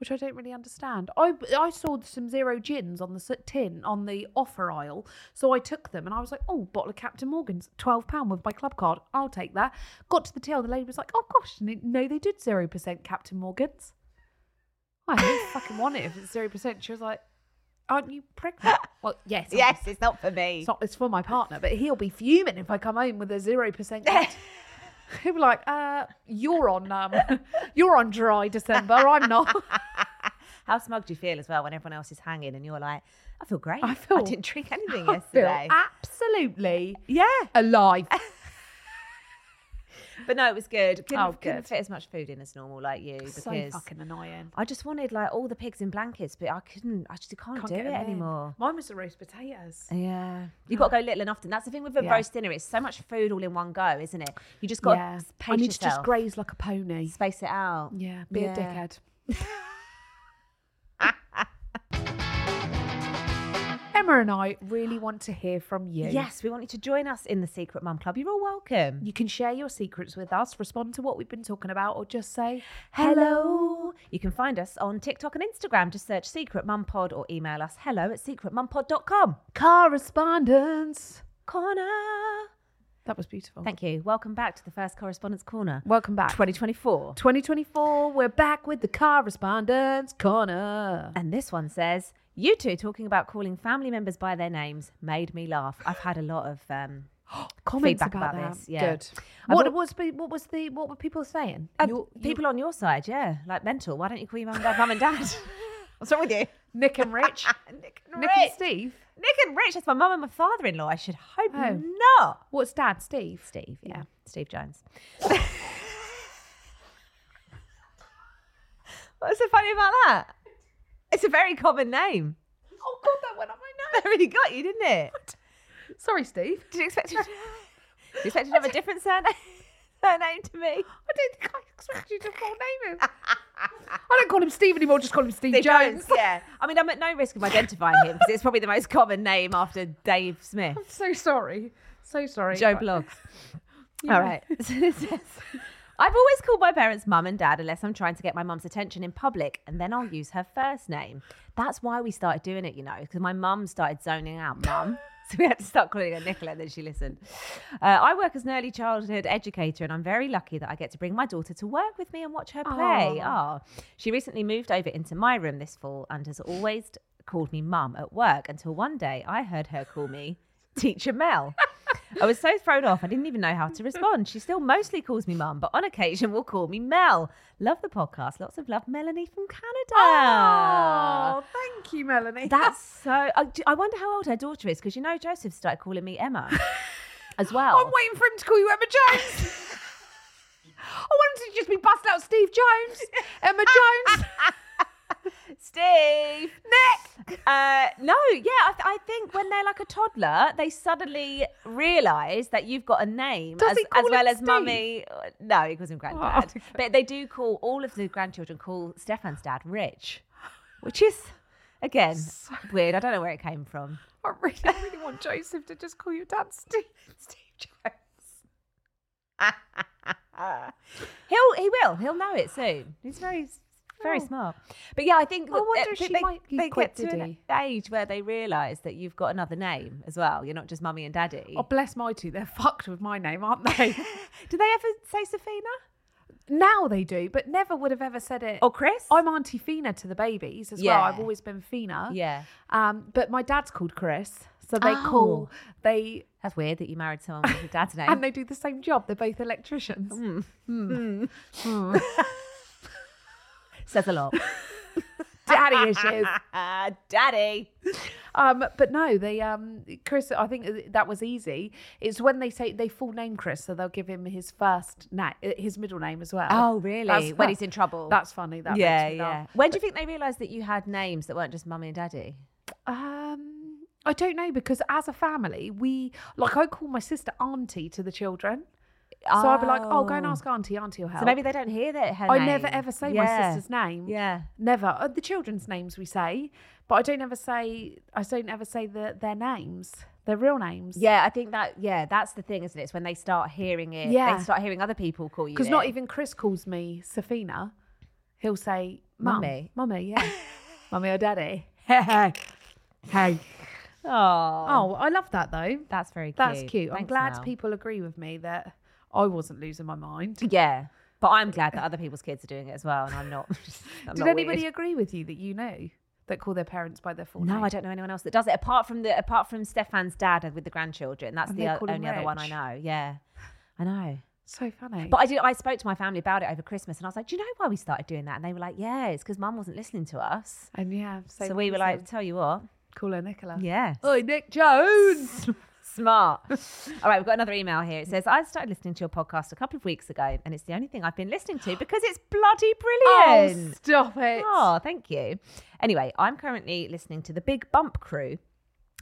Speaker 4: which I don't really understand. I I saw some zero gins on the s- tin on the offer aisle, so I took them and I was like, oh, bottle of Captain Morgan's, twelve pound with my club card, I'll take that. Got to the till, the lady was like, oh gosh, n- no, they did zero percent Captain Morgan's. I don't fucking want it if it's zero percent. She was like, aren't you pregnant? well, yes, I'm-
Speaker 5: yes, it's not for me.
Speaker 4: It's not. It's for my partner, but he'll be fuming if I come home with a zero percent. He'll be like, uh, "You're on, um, you're on dry December. I'm not.
Speaker 5: How smug do you feel as well when everyone else is hanging and you're like, I feel great.
Speaker 4: I feel-
Speaker 5: I didn't drink anything
Speaker 4: I feel
Speaker 5: yesterday.
Speaker 4: absolutely
Speaker 5: yeah.
Speaker 4: alive."
Speaker 5: But no, it was good. Couldn't,
Speaker 4: Oh,
Speaker 5: couldn't
Speaker 4: good.
Speaker 5: fit as much food in as normal like you because
Speaker 4: so fucking annoying.
Speaker 5: I just wanted like all the pigs in blankets, but I couldn't. I just can't, do
Speaker 4: get
Speaker 5: it
Speaker 4: them in.
Speaker 5: anymore.
Speaker 4: Mine was the roast potatoes.
Speaker 5: Yeah, you've got to go little and often. That's the thing with a
Speaker 4: Yeah.
Speaker 5: roast dinner; it's so much food all in one go, isn't it? You just got to pace
Speaker 4: I need to
Speaker 5: yourself,
Speaker 4: just graze like a pony.
Speaker 5: space it out.
Speaker 4: Yeah, be a dickhead. Emma and I really want to hear from you.
Speaker 5: Yes, we want you to join us in the Secret Mum Club. You're all welcome.
Speaker 4: You can share your secrets with us, respond to what we've been talking about, or just say,
Speaker 5: Hello. You can find us on TikTok and Instagram. Just search Secret Mum Pod or email us hello at secretmumpod.com.
Speaker 4: correspondence.
Speaker 5: Corner.
Speaker 4: That was beautiful.
Speaker 5: Thank you. Welcome back to the first Correspondence Corner.
Speaker 4: Welcome back.
Speaker 5: 2024.
Speaker 4: 2024, we're back with the correspondence corner.
Speaker 5: And this one says, "You two talking about calling family members by their names made me laugh. I've had a lot of um,
Speaker 4: Comments
Speaker 5: feedback
Speaker 4: about,
Speaker 5: about,
Speaker 4: that.
Speaker 5: this. Yeah.
Speaker 4: Good.
Speaker 5: I've
Speaker 4: What
Speaker 5: al-
Speaker 4: was pe- what was the what were people saying?
Speaker 5: Uh,
Speaker 4: Your- your-
Speaker 5: people on your side, yeah, like mental. Why don't you call your mum and dad, mum and dad? What's wrong with you?
Speaker 4: Nick and Rich,
Speaker 5: Nick and
Speaker 4: Nick
Speaker 5: Rich.
Speaker 4: and Steve.
Speaker 5: Nick and Rich. That's my mum and my father-in-law. I should hope
Speaker 4: Oh.
Speaker 5: not.
Speaker 4: What's Dad? Steve.
Speaker 5: Steve, yeah. Steve Jones. What's so funny about that? It's a very common name.
Speaker 4: Oh God, that went up my
Speaker 5: That really got you, didn't it?
Speaker 4: nose. Sorry, Steve.
Speaker 5: Did you expect you, did you expect you to have a different surname, surname to me?
Speaker 4: I don't think I expect you to full name him. I don't call him Steve anymore. Just call him Steve, Jones.
Speaker 5: yeah. I mean, I'm at no risk of identifying him because it's probably the most common name after Dave Smith.
Speaker 4: So sorry. So sorry.
Speaker 5: Joe
Speaker 4: But-
Speaker 5: Blogs. All right. So this says, I've always called my parents mum and dad unless I'm trying to get my mum's attention in public, and then I'll use her first name. That's why we started doing it, you know, because my mum started zoning out, mum. So we had to start calling her Nicola, and then she listened. Uh, I work as an early childhood educator, and I'm very lucky that I get to bring my daughter to work with me and watch her play. Oh. She recently moved over into my room this fall and has always called me mum at work until one day I heard her call me Teacher Mel. I was so thrown off, I didn't even know how to respond. She still mostly calls me mum, but on occasion will call me Mel. Love the podcast. Lots of love, Melanie from Canada.
Speaker 4: Oh, thank you, Melanie.
Speaker 5: That's so. I, do- I wonder how old her daughter is because you know Joseph started calling me Emma as well.
Speaker 4: I'm waiting for him to call you Emma Jones. I want him to just be busting out Steve Jones, Emma Jones.
Speaker 5: Steve, Nick. Uh, no, yeah, I, th- I think when they're like a toddler, they suddenly realise that you've got a name
Speaker 4: Does
Speaker 5: as,
Speaker 4: he call
Speaker 5: as well
Speaker 4: him Oh,
Speaker 5: as mummy. Uh, No, he calls him granddad.
Speaker 4: okay.
Speaker 5: But they do call all of the grandchildren call Stefan's dad Rich, which is again weird. I don't know where it came from.
Speaker 4: I really, I really want Joseph to just call you Dad Steve. Steve Jones.
Speaker 5: He'll he will he'll know it soon. He's very very smart. But yeah, I think that-
Speaker 4: Oh. wonder
Speaker 5: I
Speaker 4: if
Speaker 5: think
Speaker 4: she might- he
Speaker 5: they
Speaker 4: quit,
Speaker 5: get to
Speaker 4: did
Speaker 5: an age where they realise that you've got another name as well. You're not just mummy and daddy.
Speaker 4: Oh, bless my two. They're fucked with my name, aren't they?
Speaker 5: Do they ever say Safina
Speaker 4: now they do, but never would have ever said it.
Speaker 5: or Chris?
Speaker 4: I'm Auntie Fina to the babies as well. I've
Speaker 5: Yeah.
Speaker 4: always been Fina.
Speaker 5: yeah.
Speaker 4: Um, but my dad's called Chris, so they call they
Speaker 5: That's weird that you married someone with a dad's name.
Speaker 4: and they do the same job. They're both electricians.
Speaker 5: Hmm. Says a lot.
Speaker 4: Daddy issues. Uh,
Speaker 5: Ah, daddy.
Speaker 4: Um, but no, they um Chris. I think that was easy. It's when they say they full name Chris, so they'll give him his first name, his middle name as well.
Speaker 5: Oh, really? When he's in trouble.
Speaker 4: That's funny. That
Speaker 5: yeah,
Speaker 4: makes me
Speaker 5: yeah.
Speaker 4: laugh.
Speaker 5: When do you think they realised that you had names that weren't just mummy and daddy?
Speaker 4: Um, I don't know because as a family, we like I call my sister auntie to the children. So I'd be like, oh, go and ask auntie. Auntie will help.
Speaker 5: So maybe they don't hear that. Her
Speaker 4: Oh. I
Speaker 5: name.
Speaker 4: never ever say my
Speaker 5: Yeah.
Speaker 4: sister's name.
Speaker 5: Yeah.
Speaker 4: Never. Uh, the children's names we say, but I don't ever say I don't ever say the, their names, their real names.
Speaker 5: Yeah, I think that yeah, that's the thing, isn't it? It's when they start hearing it.
Speaker 4: Yeah.
Speaker 5: They start hearing other people call you.
Speaker 4: Because not
Speaker 5: it.
Speaker 4: even Chris calls me Safina. He'll say mum,
Speaker 5: Mummy.
Speaker 4: mummy, yeah, mummy or daddy.
Speaker 5: hey. Oh,
Speaker 4: Oh, I love that though.
Speaker 5: that's very cute.
Speaker 4: That's cute. I'm
Speaker 5: Thanks,
Speaker 4: glad
Speaker 5: Mel.
Speaker 4: people agree with me that I wasn't losing my mind.
Speaker 5: Yeah. But I'm glad that other people's kids are doing it as well and I'm not. I'm
Speaker 4: Did
Speaker 5: not
Speaker 4: anybody
Speaker 5: weird.
Speaker 4: agree with you that you knew that call their parents by their full name?
Speaker 5: No, I don't know anyone else that does it apart from the apart from Stefan's dad with the grandchildren. That's
Speaker 4: And
Speaker 5: the
Speaker 4: they
Speaker 5: o-
Speaker 4: call him
Speaker 5: only other one I
Speaker 4: Reg.
Speaker 5: know. Yeah. I know.
Speaker 4: So funny.
Speaker 5: But I did I spoke to my family about it over Christmas and I was like, "Do you know why we started doing that?" And they were like, "Yeah, it's cuz mum wasn't listening to us."
Speaker 4: and yeah,
Speaker 5: so we were like, "Tell you what."
Speaker 4: call her Nicola.
Speaker 5: Yeah.
Speaker 4: Oi, Nick Jones.
Speaker 5: Smart. All right, we've got another email here. It says, I started listening to your podcast a couple of weeks ago, and it's the only thing I've been listening to because it's bloody
Speaker 4: Oh,
Speaker 5: brilliant.
Speaker 4: stop it.
Speaker 5: Oh, thank you. Anyway, I'm currently listening to the Big Bump Crew.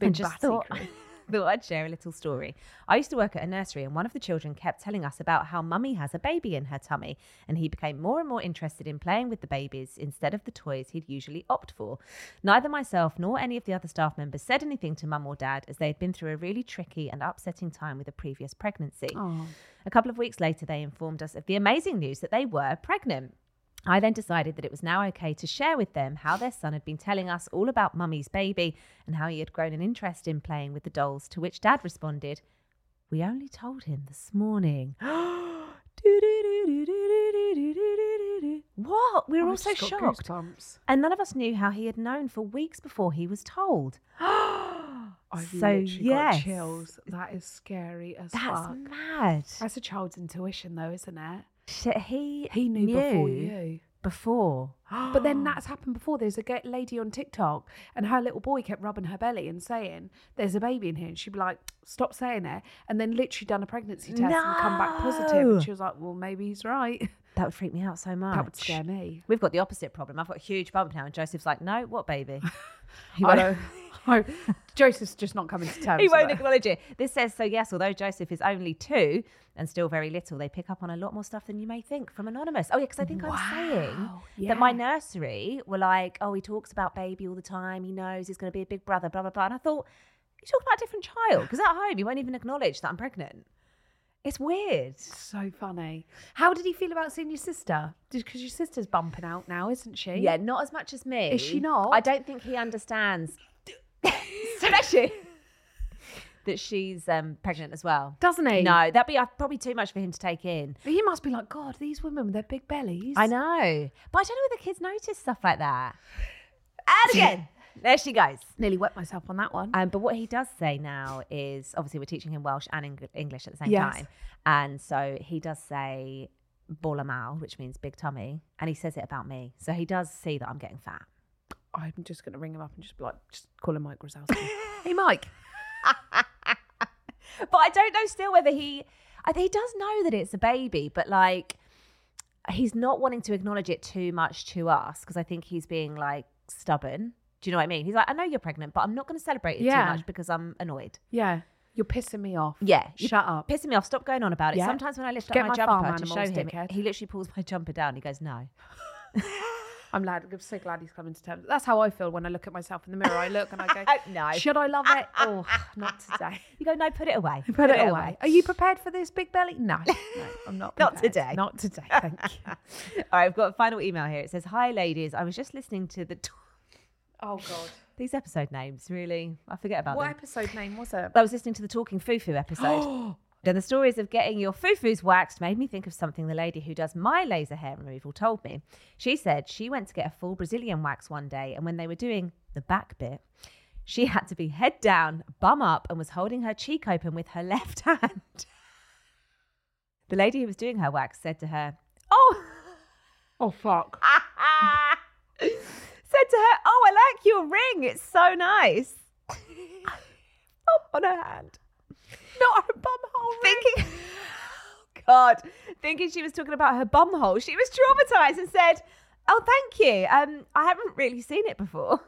Speaker 4: Big
Speaker 5: and just
Speaker 4: Batty
Speaker 5: thought,
Speaker 4: Crew.
Speaker 5: thought I'd share a little story. I used to work at a nursery, and one of the children kept telling us about how mummy has a baby in her tummy, and he became more and more interested in playing with the babies instead of the toys he'd usually opt for. Neither myself nor any of the other staff members said anything to mum or dad, as they had been through a really tricky and upsetting time with a previous pregnancy.
Speaker 4: Oh,
Speaker 5: A couple of weeks later, they informed us of the amazing news that they were pregnant. I then decided that it was now okay to share with them how their son had been telling us all about mummy's baby and how he had grown an interest in playing with the dolls, to which dad responded, We only told him this morning. what? We were all
Speaker 4: I've
Speaker 5: so
Speaker 4: Oh, just got
Speaker 5: shocked.
Speaker 4: goosebumps.
Speaker 5: And none of us knew how he had known for weeks before he was told.
Speaker 4: I've
Speaker 5: So,
Speaker 4: literally got
Speaker 5: yes.
Speaker 4: chills. That is scary as
Speaker 5: That's
Speaker 4: fuck.
Speaker 5: mad.
Speaker 4: That's a child's intuition, though, isn't it?
Speaker 5: Shit, he,
Speaker 4: He knew before you.
Speaker 5: Before.
Speaker 4: But then that's happened before. There's a ge- lady on TikTok, and her little boy kept rubbing her belly and saying, "There's a baby in here," and she'd be like, "Stop saying it," and then literally done a pregnancy test and come back positive.
Speaker 5: No.
Speaker 4: And she was like, "Well, maybe he's right."
Speaker 5: That would freak me out so much.
Speaker 4: That would scare me.
Speaker 5: We've got the opposite problem. I've got a huge bump now, and Joseph's like, "No, what baby?" He
Speaker 4: I
Speaker 5: won't-
Speaker 4: know. I- Joseph's just not coming to terms.
Speaker 5: He
Speaker 4: with
Speaker 5: won't
Speaker 4: it.
Speaker 5: acknowledge it. This says so. Yes, although Joseph is only two and still very little, they pick up on a lot more stuff than you may think from anonymous. Oh yeah, because I think I'm saying
Speaker 4: Wow,
Speaker 5: that my
Speaker 4: yeah.
Speaker 5: nursery were like, "Oh, he talks about baby all the time. He knows he's going to be a big brother." Blah blah blah. And I thought you talk about a different child because at home you won't even acknowledge that I'm pregnant. It's weird.
Speaker 4: So funny. How did he feel about seeing your sister? Because your sister's bumping out now, isn't she?
Speaker 5: Yeah, not as much as me.
Speaker 4: Is she not?
Speaker 5: I don't think he understands. Especially that she's um, pregnant as well.
Speaker 4: Doesn't he?
Speaker 5: No, that'd be uh, probably too much for him to take in.
Speaker 4: He must be like, God, these women with their big bellies.
Speaker 5: I know, but I don't know whether kids notice stuff like that. And again, there she goes.
Speaker 4: Nearly wet myself on that one.
Speaker 5: Um, but what he does say now is obviously we're teaching him Welsh and Eng- English at the same
Speaker 4: Yes.
Speaker 5: time, and so he does say "bola mal," which means big tummy, and he says it about me. So he does see that I'm getting fat.
Speaker 4: I'm just going to ring him up and just be like, just call him Mike Rosowski. hey, Mike.
Speaker 5: but I don't know still whether he I think he does know that it's a baby, but like he's not wanting to acknowledge it too much to us because I think he's being like stubborn. Do you know what I mean? He's like, I know you're pregnant, but I'm not going to celebrate it
Speaker 4: Yeah.
Speaker 5: too much because I'm annoyed.
Speaker 4: Yeah. You're pissing me off.
Speaker 5: Yeah, you-
Speaker 4: Shut up.
Speaker 5: Pissing me off. Stop going on about it.
Speaker 4: Yeah.
Speaker 5: Sometimes when I lift
Speaker 4: Get
Speaker 5: up
Speaker 4: my
Speaker 5: my,
Speaker 4: farm
Speaker 5: jumper to show
Speaker 4: animals,
Speaker 5: him,
Speaker 4: dickhead.
Speaker 5: he literally pulls my jumper down. He goes, No.
Speaker 4: I'm, glad, I'm so glad he's coming to terms. That's how I feel when I look at myself in the mirror. I look and I go,
Speaker 5: Oh, No.
Speaker 4: Should I love it? Oh, not today.
Speaker 5: You go, No, put it away.
Speaker 4: Put it away. Are you prepared for this big belly? No, no, I'm not.
Speaker 5: Not
Speaker 4: prepared.
Speaker 5: today.
Speaker 4: Not today. Thank you.
Speaker 5: All right, I've got a final email here. It says, Hi, ladies. I was just listening to the.
Speaker 4: Oh God.
Speaker 5: These episode names, really. I forget about
Speaker 4: What
Speaker 5: them.
Speaker 4: episode name was it?
Speaker 5: I was listening to the Talking Fufu episode. and the stories of getting your fufu's waxed made me think of something the lady who does my laser hair removal told me. She said she went to get a full Brazilian wax one day, and when they were doing the back bit, she had to be head down, bum up, and was holding her cheek open with her left hand. the lady who was doing her wax said to her, Oh,
Speaker 4: Oh fuck.
Speaker 5: said to her, Oh, I like your ring. It's so nice. oh, on her hand. Not her bum hole Thinking, oh, God, thinking she was talking about her bum hole, she was traumatized and said, Oh, thank you. Um, I haven't really seen it before.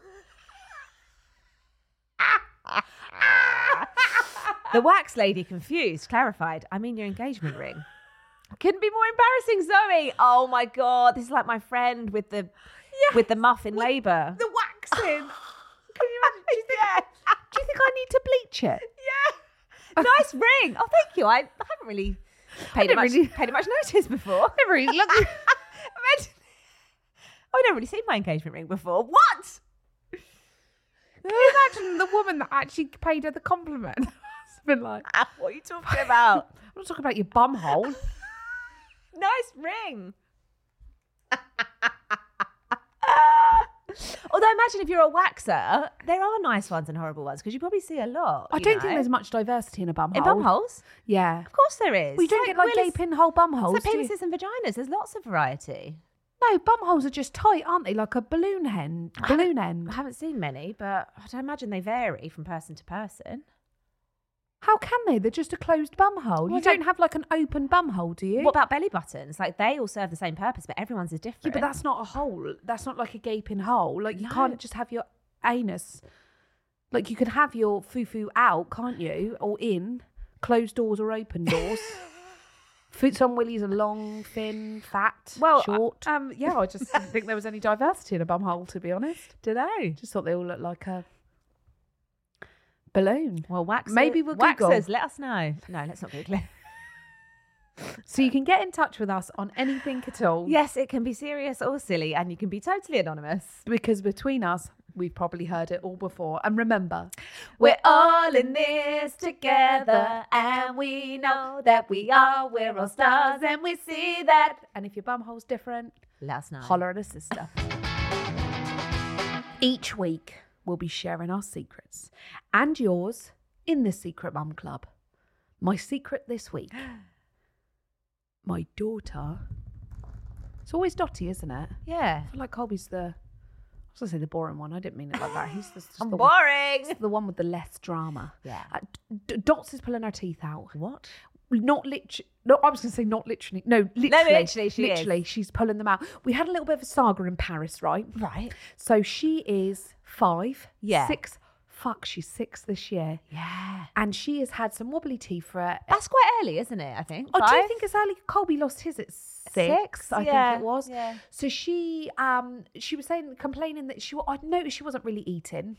Speaker 5: The wax lady, confused, clarified. I mean your engagement ring. Couldn't be more embarrassing, Zoe. Oh my god, this is like my friend with the with the muff in labour.
Speaker 4: The waxing.
Speaker 5: Can you imagine? Do you, think, do you think I need to bleach it? Yeah. Nice ring. Oh, thank you. I haven't really paid it
Speaker 4: didn't
Speaker 5: much
Speaker 4: really-
Speaker 5: paid it much notice before.
Speaker 4: Never really looked-
Speaker 5: Imagine- Oh, I don't really see my engagement ring before. What?
Speaker 4: Can you imagine the woman that actually paid her the compliment? It's been like,
Speaker 5: Ah, What are you talking about?
Speaker 4: I'm not talking about your bum hole.
Speaker 5: nice ring. Although imagine if you're a waxer, there are nice ones and horrible ones because you probably see a lot.
Speaker 4: I
Speaker 5: you
Speaker 4: don't think
Speaker 5: know.
Speaker 4: there's much diversity in a bum
Speaker 5: in
Speaker 4: hole.
Speaker 5: bum holes.
Speaker 4: Yeah.
Speaker 5: Of course there is.
Speaker 4: Well, you don't get like gay
Speaker 5: Willis-
Speaker 4: pinhole bum holes.
Speaker 5: It's like
Speaker 4: do you?
Speaker 5: penises and vaginas. There's lots of variety.
Speaker 4: No, bum holes are just tight, aren't they? Like a balloon hen. Balloon end.
Speaker 5: Mm. I haven't seen many, but I don't imagine they vary from person to person.
Speaker 4: How can they? They're just a closed bum hole.
Speaker 5: Well,
Speaker 4: you
Speaker 5: they-
Speaker 4: don't have like an open bum hole, do you?
Speaker 5: What about belly buttons? Like they all serve the same purpose, but everyone's is
Speaker 4: Yeah,
Speaker 5: different.
Speaker 4: but that's not a hole. That's not like a gaping hole. Like you
Speaker 5: No.
Speaker 4: can't just have your anus. Like you can have your foo foo out, can't you? Or in closed doors or open doors. Foots on willies are long, thin, fat,
Speaker 5: Well, I-
Speaker 4: short. um, yeah, I just didn't think there was any diversity in a bum hole, to be honest.
Speaker 5: do they?
Speaker 4: Just thought they all looked like a balloon.
Speaker 5: Well, waxers.
Speaker 4: Maybe we'll
Speaker 5: waxers.
Speaker 4: Google.
Speaker 5: Let us know. No, let's not Google it.
Speaker 4: So you can get in touch with us on anything at all.
Speaker 5: yes, it can be serious or silly, and you can be totally anonymous.
Speaker 4: Because between us, we've probably heard it all before. And remember,
Speaker 5: We're all in this together, and we know that we are. We're all stars, and we see that.
Speaker 4: and if your bumhole's different,
Speaker 5: Last night.
Speaker 4: holler at a sister. Each week, we'll be sharing our secrets and yours in the Secret Mum Club. My secret this week my daughter. It's always Dotty, isn't it?
Speaker 5: Yeah.
Speaker 4: I feel like Colby's the. I was gonna say the boring one. I didn't mean it like that. He's just, just
Speaker 5: I'm
Speaker 4: the one-
Speaker 5: boring.
Speaker 4: the one with the less drama.
Speaker 5: Yeah.
Speaker 4: Uh, D- D- Dots is pulling her teeth out.
Speaker 5: What?
Speaker 4: Not literally. No, I was going to say not literally. No, literally.
Speaker 5: literally, she is.
Speaker 4: Literally, she's pulling them out. We had a little bit of a saga in Paris, right?
Speaker 5: Right.
Speaker 4: So she is five.
Speaker 5: Yeah.
Speaker 4: Six. Fuck, she's six this year.
Speaker 5: Yeah.
Speaker 4: And she has had some wobbly teeth for her.
Speaker 5: That's quite early, isn't it? I think.
Speaker 4: Oh, do you
Speaker 5: Five?
Speaker 4: think it's early? Colby lost his at six.
Speaker 5: Six,
Speaker 4: I
Speaker 5: yeah,
Speaker 4: think it was.
Speaker 5: yeah.
Speaker 4: So she, um, she was saying, complaining that she, wa- I'd noticed she wasn't really eating.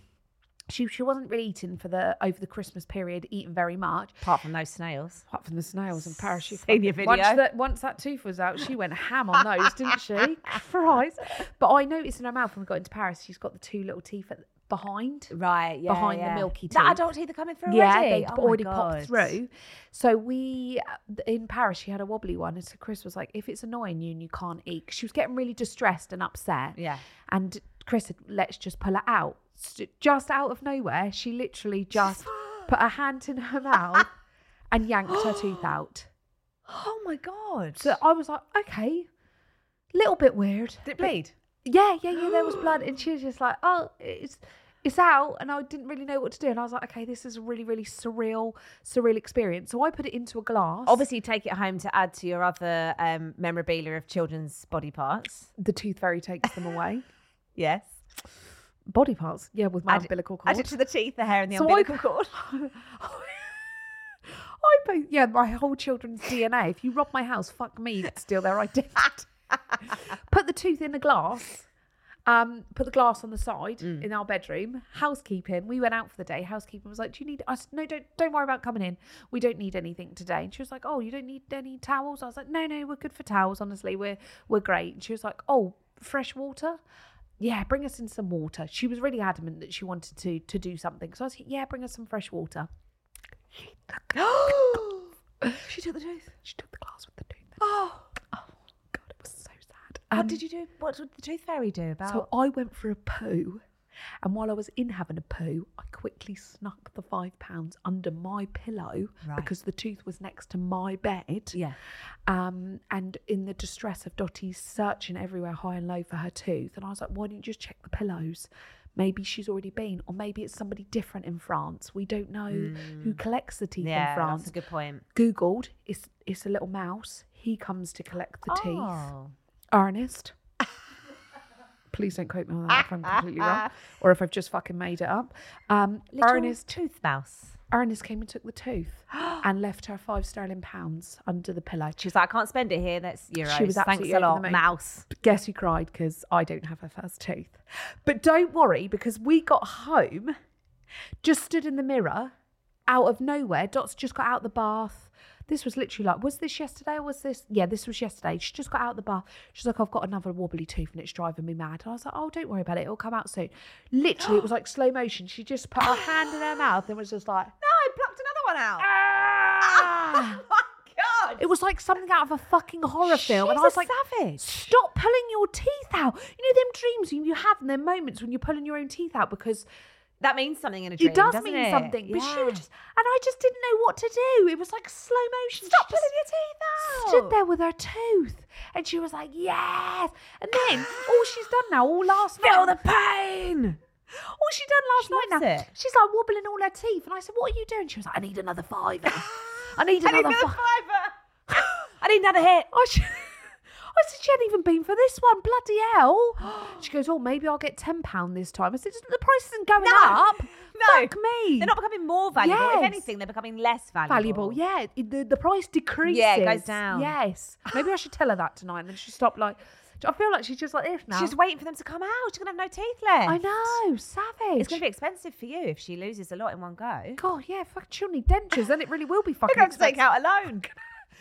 Speaker 4: She she wasn't really eating for the over the Christmas period, eating very much.
Speaker 5: Apart from those snails.
Speaker 4: Apart from the snails and parachute.
Speaker 5: Seen your
Speaker 4: Once
Speaker 5: video.
Speaker 4: that, once that tooth was out, she went ham on those, didn't she? Christ. But I noticed in her mouth when we got into Paris, she's got the two little teeth at, behind.
Speaker 5: Right, yeah.
Speaker 4: Behind the
Speaker 5: yeah.
Speaker 4: milky
Speaker 5: That
Speaker 4: teeth.
Speaker 5: adult teeth are coming through
Speaker 4: Yeah,
Speaker 5: already.
Speaker 4: they'd
Speaker 5: Oh my
Speaker 4: already
Speaker 5: God.
Speaker 4: popped through. So we uh, in Paris, she had a wobbly one, and so Chris was like, "If it's annoying you and you can't eat," 'cause she was getting really distressed and upset.
Speaker 5: Yeah.
Speaker 4: and Chris said, "Let's just pull it out." S- Just out of nowhere, she literally just put her hand in her mouth and yanked her tooth out.
Speaker 5: Oh my God.
Speaker 4: So uh, I was like, "Okay, little bit weird."
Speaker 5: Did it bleed?
Speaker 4: Yeah, yeah, yeah. There was blood, and she was just like, "Oh, it's it's out," and I didn't really know what to do. And I was like, "Okay, this is a really, really surreal, surreal experience." So I put it into a glass.
Speaker 5: Obviously, take it home to add to your other um, memorabilia of children's body parts.
Speaker 4: the tooth fairy takes them away.
Speaker 5: Yes.
Speaker 4: Body parts, yeah, with my
Speaker 5: Add-
Speaker 4: umbilical cord.
Speaker 5: Add it to the teeth, the hair, and the
Speaker 4: So I-
Speaker 5: umbilical cord.
Speaker 4: I both, yeah, my whole children's DNA. If you rob my house, fuck me, you'd steal their identity. put the tooth in a glass. Um, put the glass on the side in our bedroom. Housekeeping. We went out for the day. Housekeeping was like, "Do you need?" I said, "No, don't. Don't worry about coming in. We don't need anything today." And she was like, "Oh, you don't need any towels?" I was like, "No, no, we're good for towels. Honestly, we're we're great." And she was like, "Oh, fresh water." yeah, bring us in some water. She was really adamant that she wanted to to do something. So I was like, yeah, bring us some fresh water. she took the tooth. She took the glass with the tooth.
Speaker 5: Oh.
Speaker 4: Oh god, it was so sad.
Speaker 5: What
Speaker 4: Um,
Speaker 5: did you do? What did the tooth fairy do about?
Speaker 4: So I went for a poo, and while I was in having a poo, I quickly snuck the five pounds under my pillow
Speaker 5: Right.
Speaker 4: because the tooth was next to my bed.
Speaker 5: yeah.
Speaker 4: Um, and in the distress of Dottie searching everywhere, high and low, for her tooth, and I was like, why don't you just check the pillows? Maybe she's already been, or maybe it's somebody different in France. We don't know who collects the teeth
Speaker 5: Mm. Yeah,
Speaker 4: in France.
Speaker 5: that's a good point.
Speaker 4: Googled, it's it's a little mouse. He comes to collect the teeth.
Speaker 5: Oh.
Speaker 4: Ernest. Please don't quote me on that if I'm completely wrong, or if I've just fucking made it up. Um,
Speaker 5: Little
Speaker 4: Ernest
Speaker 5: tooth mouse.
Speaker 4: Ernest came and took the tooth and left her five sterling pounds under the pillow.
Speaker 5: She was like, I can't spend it here. That's euros.
Speaker 4: She was
Speaker 5: Thanks
Speaker 4: absolutely
Speaker 5: a
Speaker 4: over the
Speaker 5: lot,
Speaker 4: moon.
Speaker 5: mouse.
Speaker 4: Guess who cried because I don't have her first tooth. But don't worry because we got home, just stood in the mirror, out of nowhere. Dot's just got out the bath. This was literally like, was this yesterday or was this? Yeah, this was yesterday. She just got out the bath. She's like, I've got another wobbly tooth and it's driving me mad. And I was like, oh, don't worry about it. It'll come out soon. Literally, it was like slow motion. She just put her hand in her mouth and was just like,
Speaker 5: No, I plucked another one out.
Speaker 4: ah!
Speaker 5: Oh my God.
Speaker 4: It was like something out of a fucking horror film. and
Speaker 5: She's
Speaker 4: I was
Speaker 5: a
Speaker 4: like,
Speaker 5: savage.
Speaker 4: Stop pulling your teeth out. You know, them dreams you- you have and them moments when you're pulling your own teeth out because
Speaker 5: That means something in a dream.
Speaker 4: it does
Speaker 5: doesn't
Speaker 4: mean
Speaker 5: it?
Speaker 4: something. But she
Speaker 5: Yeah.
Speaker 4: was just, and I just didn't know what to do. It was like slow motion.
Speaker 5: Stop
Speaker 4: She just
Speaker 5: pulling your teeth out.
Speaker 4: Stood there with her tooth. And she was like, yes. And then all she's done now, all last night.
Speaker 5: Feel the pain.
Speaker 4: All she done last
Speaker 5: She
Speaker 4: night
Speaker 5: loves
Speaker 4: now.
Speaker 5: it.
Speaker 4: She's like wobbling all her teeth. And I said, What are you doing? She was like, I need another fiver. I need
Speaker 5: I
Speaker 4: another
Speaker 5: need another
Speaker 4: fiver.
Speaker 5: fiver. I need another hit.
Speaker 4: I, sh- I said, she hadn't even been for this one. Bloody hell. she goes, oh, maybe I'll get £10 this time. I said, the price isn't going
Speaker 5: No.
Speaker 4: up.
Speaker 5: No.
Speaker 4: Fuck me.
Speaker 5: They're not becoming more valuable. If
Speaker 4: Yes.
Speaker 5: anything, they're becoming less valuable.
Speaker 4: valuable. Yeah, it- the, the price decreases.
Speaker 5: Yeah, it goes down.
Speaker 4: Yes. Maybe I should tell her that tonight and then she'll stop like, I feel like she's just like this now.
Speaker 5: She's waiting for them to come out. She's gonna have no teeth left.
Speaker 4: I know, savage.
Speaker 5: It's gonna be expensive for you if she loses a lot in one go.
Speaker 4: God, yeah, fuck, she'll need dentures. Then it really will be
Speaker 5: You're
Speaker 4: fucking
Speaker 5: gonna have to
Speaker 4: expensive.
Speaker 5: take out a loan.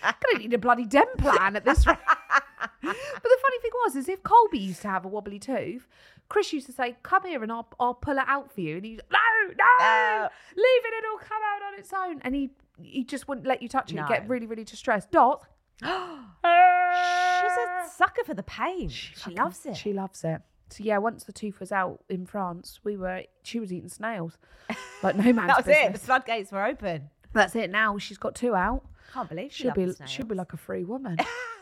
Speaker 4: gonna need a bloody den plan at this rate. but the funny thing was, is if Colby used to have a wobbly tooth, Chris used to say, "Come here and I'll I'll pull it out for you," and he's no, no,
Speaker 5: No.
Speaker 4: leave it, it'll come out on its own, and he he just wouldn't let you touch it. He'd get
Speaker 5: No.
Speaker 4: really, really distressed. Dot,
Speaker 5: She's a sucker for the pain. She, loves it.
Speaker 4: She loves it. So yeah, once the tooth was out in France, we were she was eating snails, like no man's
Speaker 5: that was it. The
Speaker 4: business.
Speaker 5: floodgates were open.
Speaker 4: That's it. Now she's got two out.
Speaker 5: Can't believe she
Speaker 4: She'll be
Speaker 5: loves
Speaker 4: she'll be
Speaker 5: snails.
Speaker 4: like a free woman.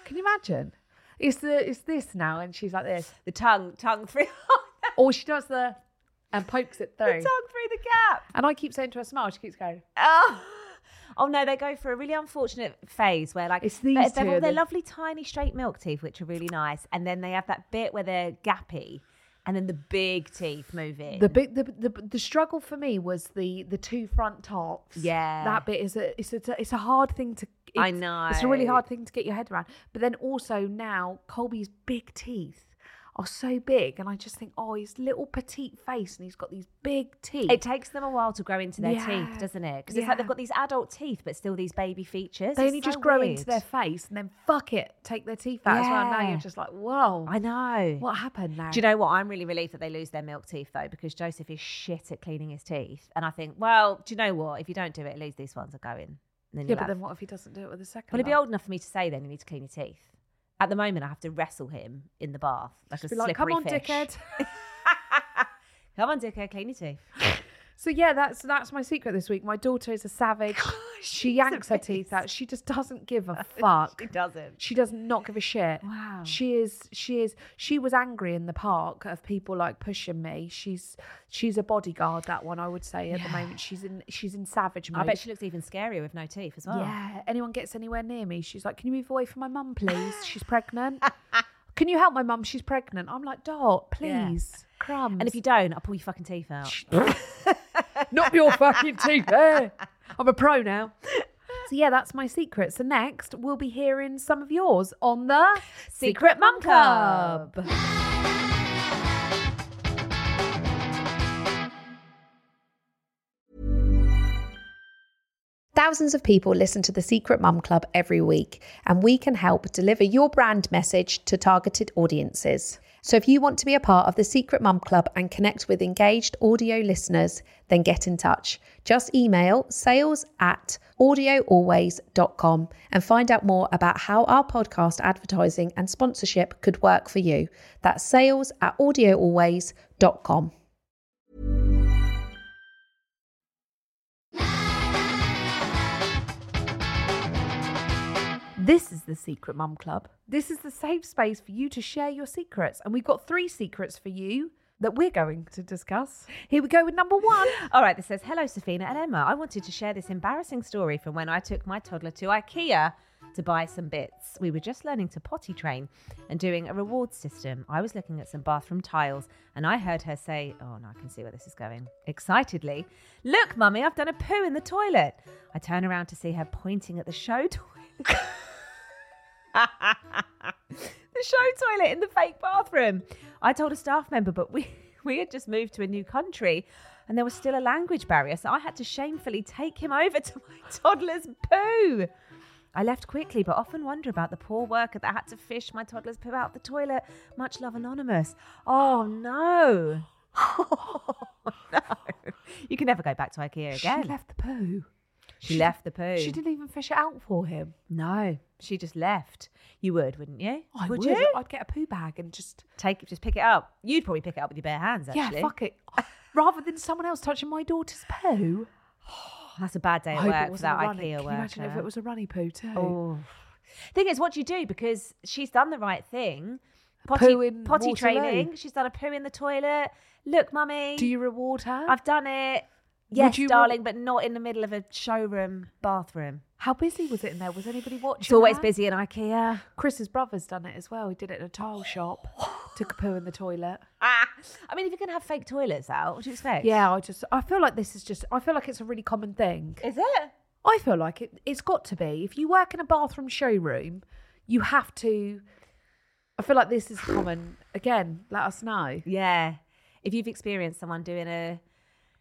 Speaker 4: Can you imagine? It's the it's this now, and she's like this.
Speaker 5: the tongue, tongue through the
Speaker 4: Or she does the and pokes it
Speaker 5: tongue
Speaker 4: through.
Speaker 5: through the gap.
Speaker 4: And I keep saying to her, smile. She keeps going,
Speaker 5: Oh. Oh no, they go for a really unfortunate phase where like
Speaker 4: It's
Speaker 5: they-
Speaker 4: these
Speaker 5: they've
Speaker 4: two,
Speaker 5: all their
Speaker 4: they-
Speaker 5: lovely tiny straight milk teeth, which are really nice, and then they have that bit where they're gappy, and then the big teeth move in.
Speaker 4: The big the, the the struggle for me was the the two front tops.
Speaker 5: Yeah.
Speaker 4: that bit is a it's a it's a hard thing to. It's,
Speaker 5: I
Speaker 4: it's a really
Speaker 5: know.
Speaker 4: hard thing to get your head around. But then also now Colby's big teeth are so big, and I just think, oh, his little petite face, and he's got these big teeth.
Speaker 5: it takes them a while to grow into their teeth,
Speaker 4: Yeah.
Speaker 5: doesn't it? Because it's like they've
Speaker 4: Yeah.
Speaker 5: got these adult teeth, but still these baby features.
Speaker 4: they
Speaker 5: It's
Speaker 4: only
Speaker 5: so
Speaker 4: just grow into
Speaker 5: weird.
Speaker 4: their face, and then fuck it, take their teeth out as well. Now
Speaker 5: Yeah.
Speaker 4: you're just like, whoa,
Speaker 5: I know.
Speaker 4: what happened now?
Speaker 5: Do you know what? I'm really relieved that they lose their milk teeth though, because Joseph is shit at cleaning his teeth, and I think, well, do you know what? If you don't do it, at least these ones are going. And then
Speaker 4: Yeah,
Speaker 5: you'll
Speaker 4: but
Speaker 5: have-
Speaker 4: then what if he doesn't do it with the second?
Speaker 5: Will it be
Speaker 4: one?
Speaker 5: old enough for me to say then you need to clean your teeth? At the moment, I have to wrestle him in the bath like a
Speaker 4: Be like, come
Speaker 5: slippery
Speaker 4: on,
Speaker 5: fish."
Speaker 4: dickhead.
Speaker 5: come on, dickhead, clean your teeth.
Speaker 4: So yeah, that's that's my secret this week. My daughter is a savage. she yanks her
Speaker 5: beast.
Speaker 4: teeth out. She just doesn't give a fuck.
Speaker 5: She doesn't.
Speaker 4: She does not give a shit.
Speaker 5: Wow.
Speaker 4: She is she is she was angry in the park of people like pushing me. She's she's a bodyguard that one I would say at the moment. She's in she's in savage mode.
Speaker 5: I bet she looks even scarier with no teeth as well.
Speaker 4: Yeah. Anyone gets anywhere near me, she's like, "Can you move away from my mum, please? She's pregnant." Can you help my mum? She's pregnant. I'm like, "Dot,
Speaker 5: Yeah.
Speaker 4: please." Crumbs.
Speaker 5: And if you don't, I'll pull your fucking teeth out.
Speaker 4: Not your fucking teeth. eh? I'm a pro now. So yeah, that's my secret. So next, we'll be hearing some of yours on the
Speaker 5: Secret Mum Cub.
Speaker 6: Thousands of people listen to the Secret Mum Club every week, and we can help deliver your brand message to targeted audiences. So if you want to be a part of the Secret Mum Club and connect with engaged audio listeners, then get in touch. Just email sales at audioalways.com and find out more about how our podcast advertising and sponsorship could work for you. That's sales at audioalways.com.
Speaker 4: This is the Secret Mum Club. This is the safe space for you to share your secrets, and we've got three secrets for you that we're going to discuss. Here we go with number one.
Speaker 5: All right, this says, Hello, Safina and Emma. I wanted to share this embarrassing story from when I took my toddler to IKEA to buy some bits. We were just learning to potty train and doing a reward system. I was looking at some bathroom tiles and I heard her say, Oh, no, I can see where this is going. Excitedly, Look, mummy, I've done a poo in the toilet. I turn around to see her pointing at the show toilet. the show toilet in the fake bathroom. I told a staff member, but we, we had just moved to a new country and there was still a language barrier, so I had to shamefully take him over to my toddler's poo. I left quickly, but often wonder about the poor worker that had to fish my toddler's poo out the toilet. Much love, Anonymous. Oh, no. Oh, no. You can never go back to IKEA
Speaker 4: She
Speaker 5: again.
Speaker 4: left the poo.
Speaker 5: She left the poo.
Speaker 4: She didn't even fish it out for him.
Speaker 5: No, she just left. You would, wouldn't you?
Speaker 4: I would.
Speaker 5: you?
Speaker 4: I'd get a poo bag and just
Speaker 5: Take it, just pick it up. You'd probably pick it up with your bare hands, actually.
Speaker 4: yeah, fuck it. Rather than someone else touching my daughter's poo.
Speaker 5: That's a bad day
Speaker 4: I
Speaker 5: at
Speaker 4: hope
Speaker 5: work
Speaker 4: it
Speaker 5: for
Speaker 4: wasn't
Speaker 5: that
Speaker 4: a runny.
Speaker 5: IKEA
Speaker 4: Can you
Speaker 5: worker.
Speaker 4: imagine if it was a runny poo too?
Speaker 5: Oh. Thing is, what do you do? Because she's done the right thing.
Speaker 4: poo in
Speaker 5: potty
Speaker 4: Waterloo.
Speaker 5: training. She's done a poo in the toilet. Look, mummy,
Speaker 4: Do you reward her?
Speaker 5: I've done it. Yes,
Speaker 4: you
Speaker 5: darling, but not in the middle of a showroom bathroom.
Speaker 4: How busy was it in there? Was anybody watching?
Speaker 5: It's always
Speaker 4: her?
Speaker 5: busy in IKEA.
Speaker 4: Chris's brother's done it as well. He did it in a tile shop. Took a poo in the toilet.
Speaker 5: Ah. I mean, if you're going to have fake toilets out, what do you expect?
Speaker 4: Yeah, I just I feel like this is just I feel like it's a really common thing.
Speaker 5: Is it?
Speaker 4: I feel like it it's got to be. If you work in a bathroom showroom, you have to I feel like this is common. Again, let us know.
Speaker 5: Yeah. If you've experienced someone doing a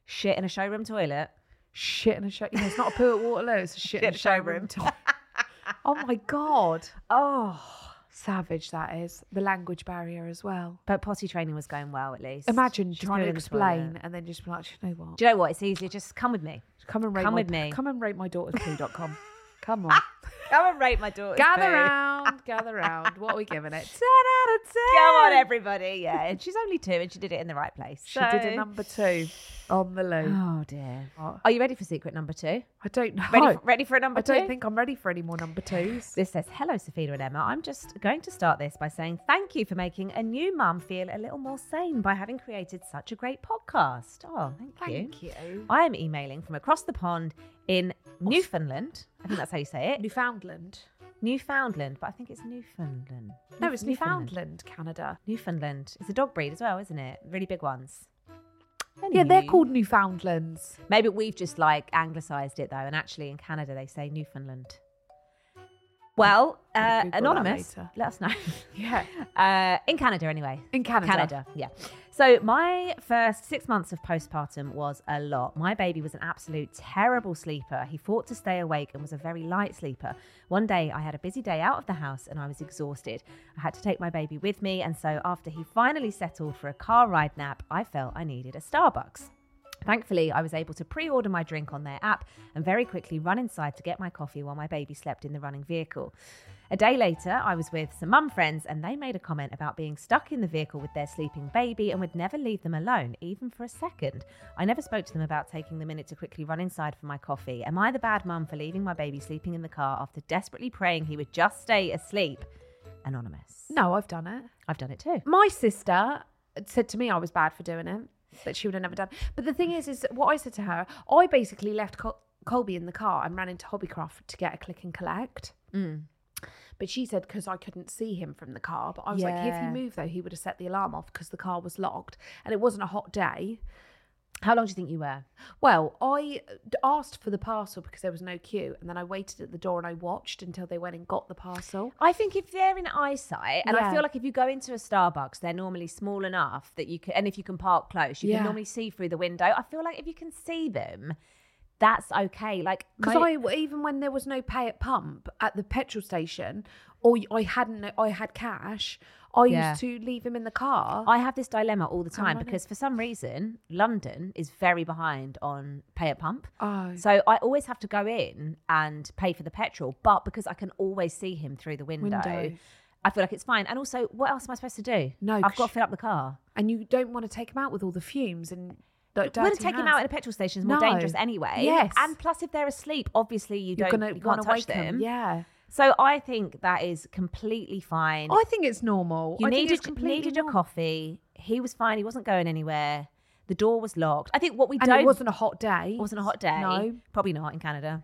Speaker 5: shit in a showroom toilet,
Speaker 4: Shit in a show. You know, it's not a poo at Waterloo. Oh, It's a shit, in a showroom. oh my god,
Speaker 5: oh.
Speaker 4: savage that is. The language barrier as well.
Speaker 5: But potty training was going well, at least.
Speaker 4: Imagine
Speaker 5: She's
Speaker 4: trying to
Speaker 5: doing the toilet.
Speaker 4: explain and then just be like, "Do you know what?
Speaker 5: Do you know what? It's easier. Just come with me.
Speaker 4: Come and rate
Speaker 5: Come
Speaker 4: my,
Speaker 5: with me.
Speaker 4: Come and rate my daughter's poo.com. Come on,
Speaker 5: Come and rate my daughter.
Speaker 4: gather round, gather round. What are we giving it?
Speaker 5: out of 10. Come on, everybody. Yeah. And she's only two and she did it in the right place.
Speaker 4: She did
Speaker 5: So-
Speaker 4: a number two on the loo.
Speaker 5: Oh, dear. Are you ready for secret number two? Oh.
Speaker 4: I don't know.
Speaker 5: Ready, for, ready for a number
Speaker 4: I don't
Speaker 5: two?
Speaker 4: think I'm ready for any more number twos.
Speaker 5: This says, Hello, Sophia and Emma. I'm just going to start this by saying thank you for making a new mum feel a little more sane by having created such a great podcast. Oh, thank,
Speaker 4: Thank you.
Speaker 5: I am emailing from across the pond in Newfoundland. I think that's how you say it.
Speaker 4: Newfoundland.
Speaker 5: Newfoundland, but I think it's Newfoundland.
Speaker 4: No, it's Newfoundland, Canada.
Speaker 5: Newfoundland. It's a dog breed as well, isn't it? Really big ones.
Speaker 4: Yeah, they're
Speaker 5: Anywho.
Speaker 4: called Newfoundlands.
Speaker 5: Maybe we've just like anglicised it though, and actually in Canada they say Newfoundland. Well,
Speaker 4: I'll
Speaker 5: uh,
Speaker 4: Google that
Speaker 5: anonymous,
Speaker 4: later.
Speaker 5: let us know.
Speaker 4: Yeah.
Speaker 5: Uh, in Canada, anyway.
Speaker 4: In Canada.
Speaker 5: Canada, yeah. So, my first six months of postpartum was a lot. My baby was an absolute terrible sleeper. He fought to stay awake and was a very light sleeper. One day, I had a busy day out of the house and I was exhausted. I had to take my baby with me, and so after he finally settled for a car ride nap, I felt I needed a Starbucks. Thankfully, I was able to pre order my drink on their app and very quickly run inside to get my coffee while my baby slept in the running vehicle. A day later, I was with some mum friends and they made a comment about being stuck in the vehicle with their sleeping baby and would never leave them alone, even for a second. I never spoke to them about taking the minute to quickly run inside for my coffee. Am I the bad mum for leaving my baby sleeping in the car after desperately praying he would just stay asleep? Anonymous.
Speaker 4: No, I've done it.
Speaker 5: I've done it too.
Speaker 4: My sister said to me I was bad for doing it, that she would have never done. But the thing is, is what I said to her, I basically left Col- Colby in the car and ran into Hobbycroft to get a click and collect.
Speaker 5: Mm.
Speaker 4: But she said because I couldn't see him from the car. But I was like, if
Speaker 5: Yeah.
Speaker 4: he moved though, he would have set the alarm off because the car was locked and it wasn't a hot day.
Speaker 5: How long do you think you were?
Speaker 4: Well, I d- asked for the parcel because there was no queue, and then I waited at the door and I watched until they went and got the parcel.
Speaker 5: I think if they're in eyesight, and I
Speaker 4: Yeah.
Speaker 5: feel like if you go into a Starbucks, they're normally small enough that you can, and if you can park close, you
Speaker 4: Yeah.
Speaker 5: can normally see through the window. I feel like if you can see them, that's okay. Like,
Speaker 4: Because
Speaker 5: mo-
Speaker 4: I even when there was no pay at pump at the petrol station, or I hadn't, I had cash. I
Speaker 5: Yeah.
Speaker 4: used to leave him in the car.
Speaker 5: I have this dilemma all the time
Speaker 4: running.
Speaker 5: because for some reason, London is very behind on pay at pump.
Speaker 4: oh,
Speaker 5: So I always have to go in and pay for the petrol, but because I can always see him through the window,
Speaker 4: Window.
Speaker 5: I feel like it's fine. And also, what else am I supposed to do?
Speaker 4: No,
Speaker 5: I've
Speaker 4: 'cause
Speaker 5: got
Speaker 4: you-
Speaker 5: to fill up the car.
Speaker 4: and you don't want to take him out with all the fumes and like,
Speaker 5: Well,
Speaker 4: dirty
Speaker 5: to take
Speaker 4: hands.
Speaker 5: them out at a petrol station is more
Speaker 4: No.
Speaker 5: dangerous anyway.
Speaker 4: Yes.
Speaker 5: And plus, if they're asleep, obviously you
Speaker 4: You're
Speaker 5: don't.
Speaker 4: gonna
Speaker 5: you
Speaker 4: wanna
Speaker 5: can't touch
Speaker 4: wake him.
Speaker 5: them.
Speaker 4: Yeah,
Speaker 5: So I think that is completely fine.
Speaker 4: I think it's normal.
Speaker 5: you
Speaker 4: I think
Speaker 5: needed
Speaker 4: it's completely
Speaker 5: needed your
Speaker 4: normal.
Speaker 5: coffee. He was fine. He wasn't going anywhere. The door was locked. I think what we
Speaker 4: And
Speaker 5: don't
Speaker 4: it wasn't a hot day.
Speaker 5: it wasn't a hot day.
Speaker 4: No,
Speaker 5: Probably not in Canada.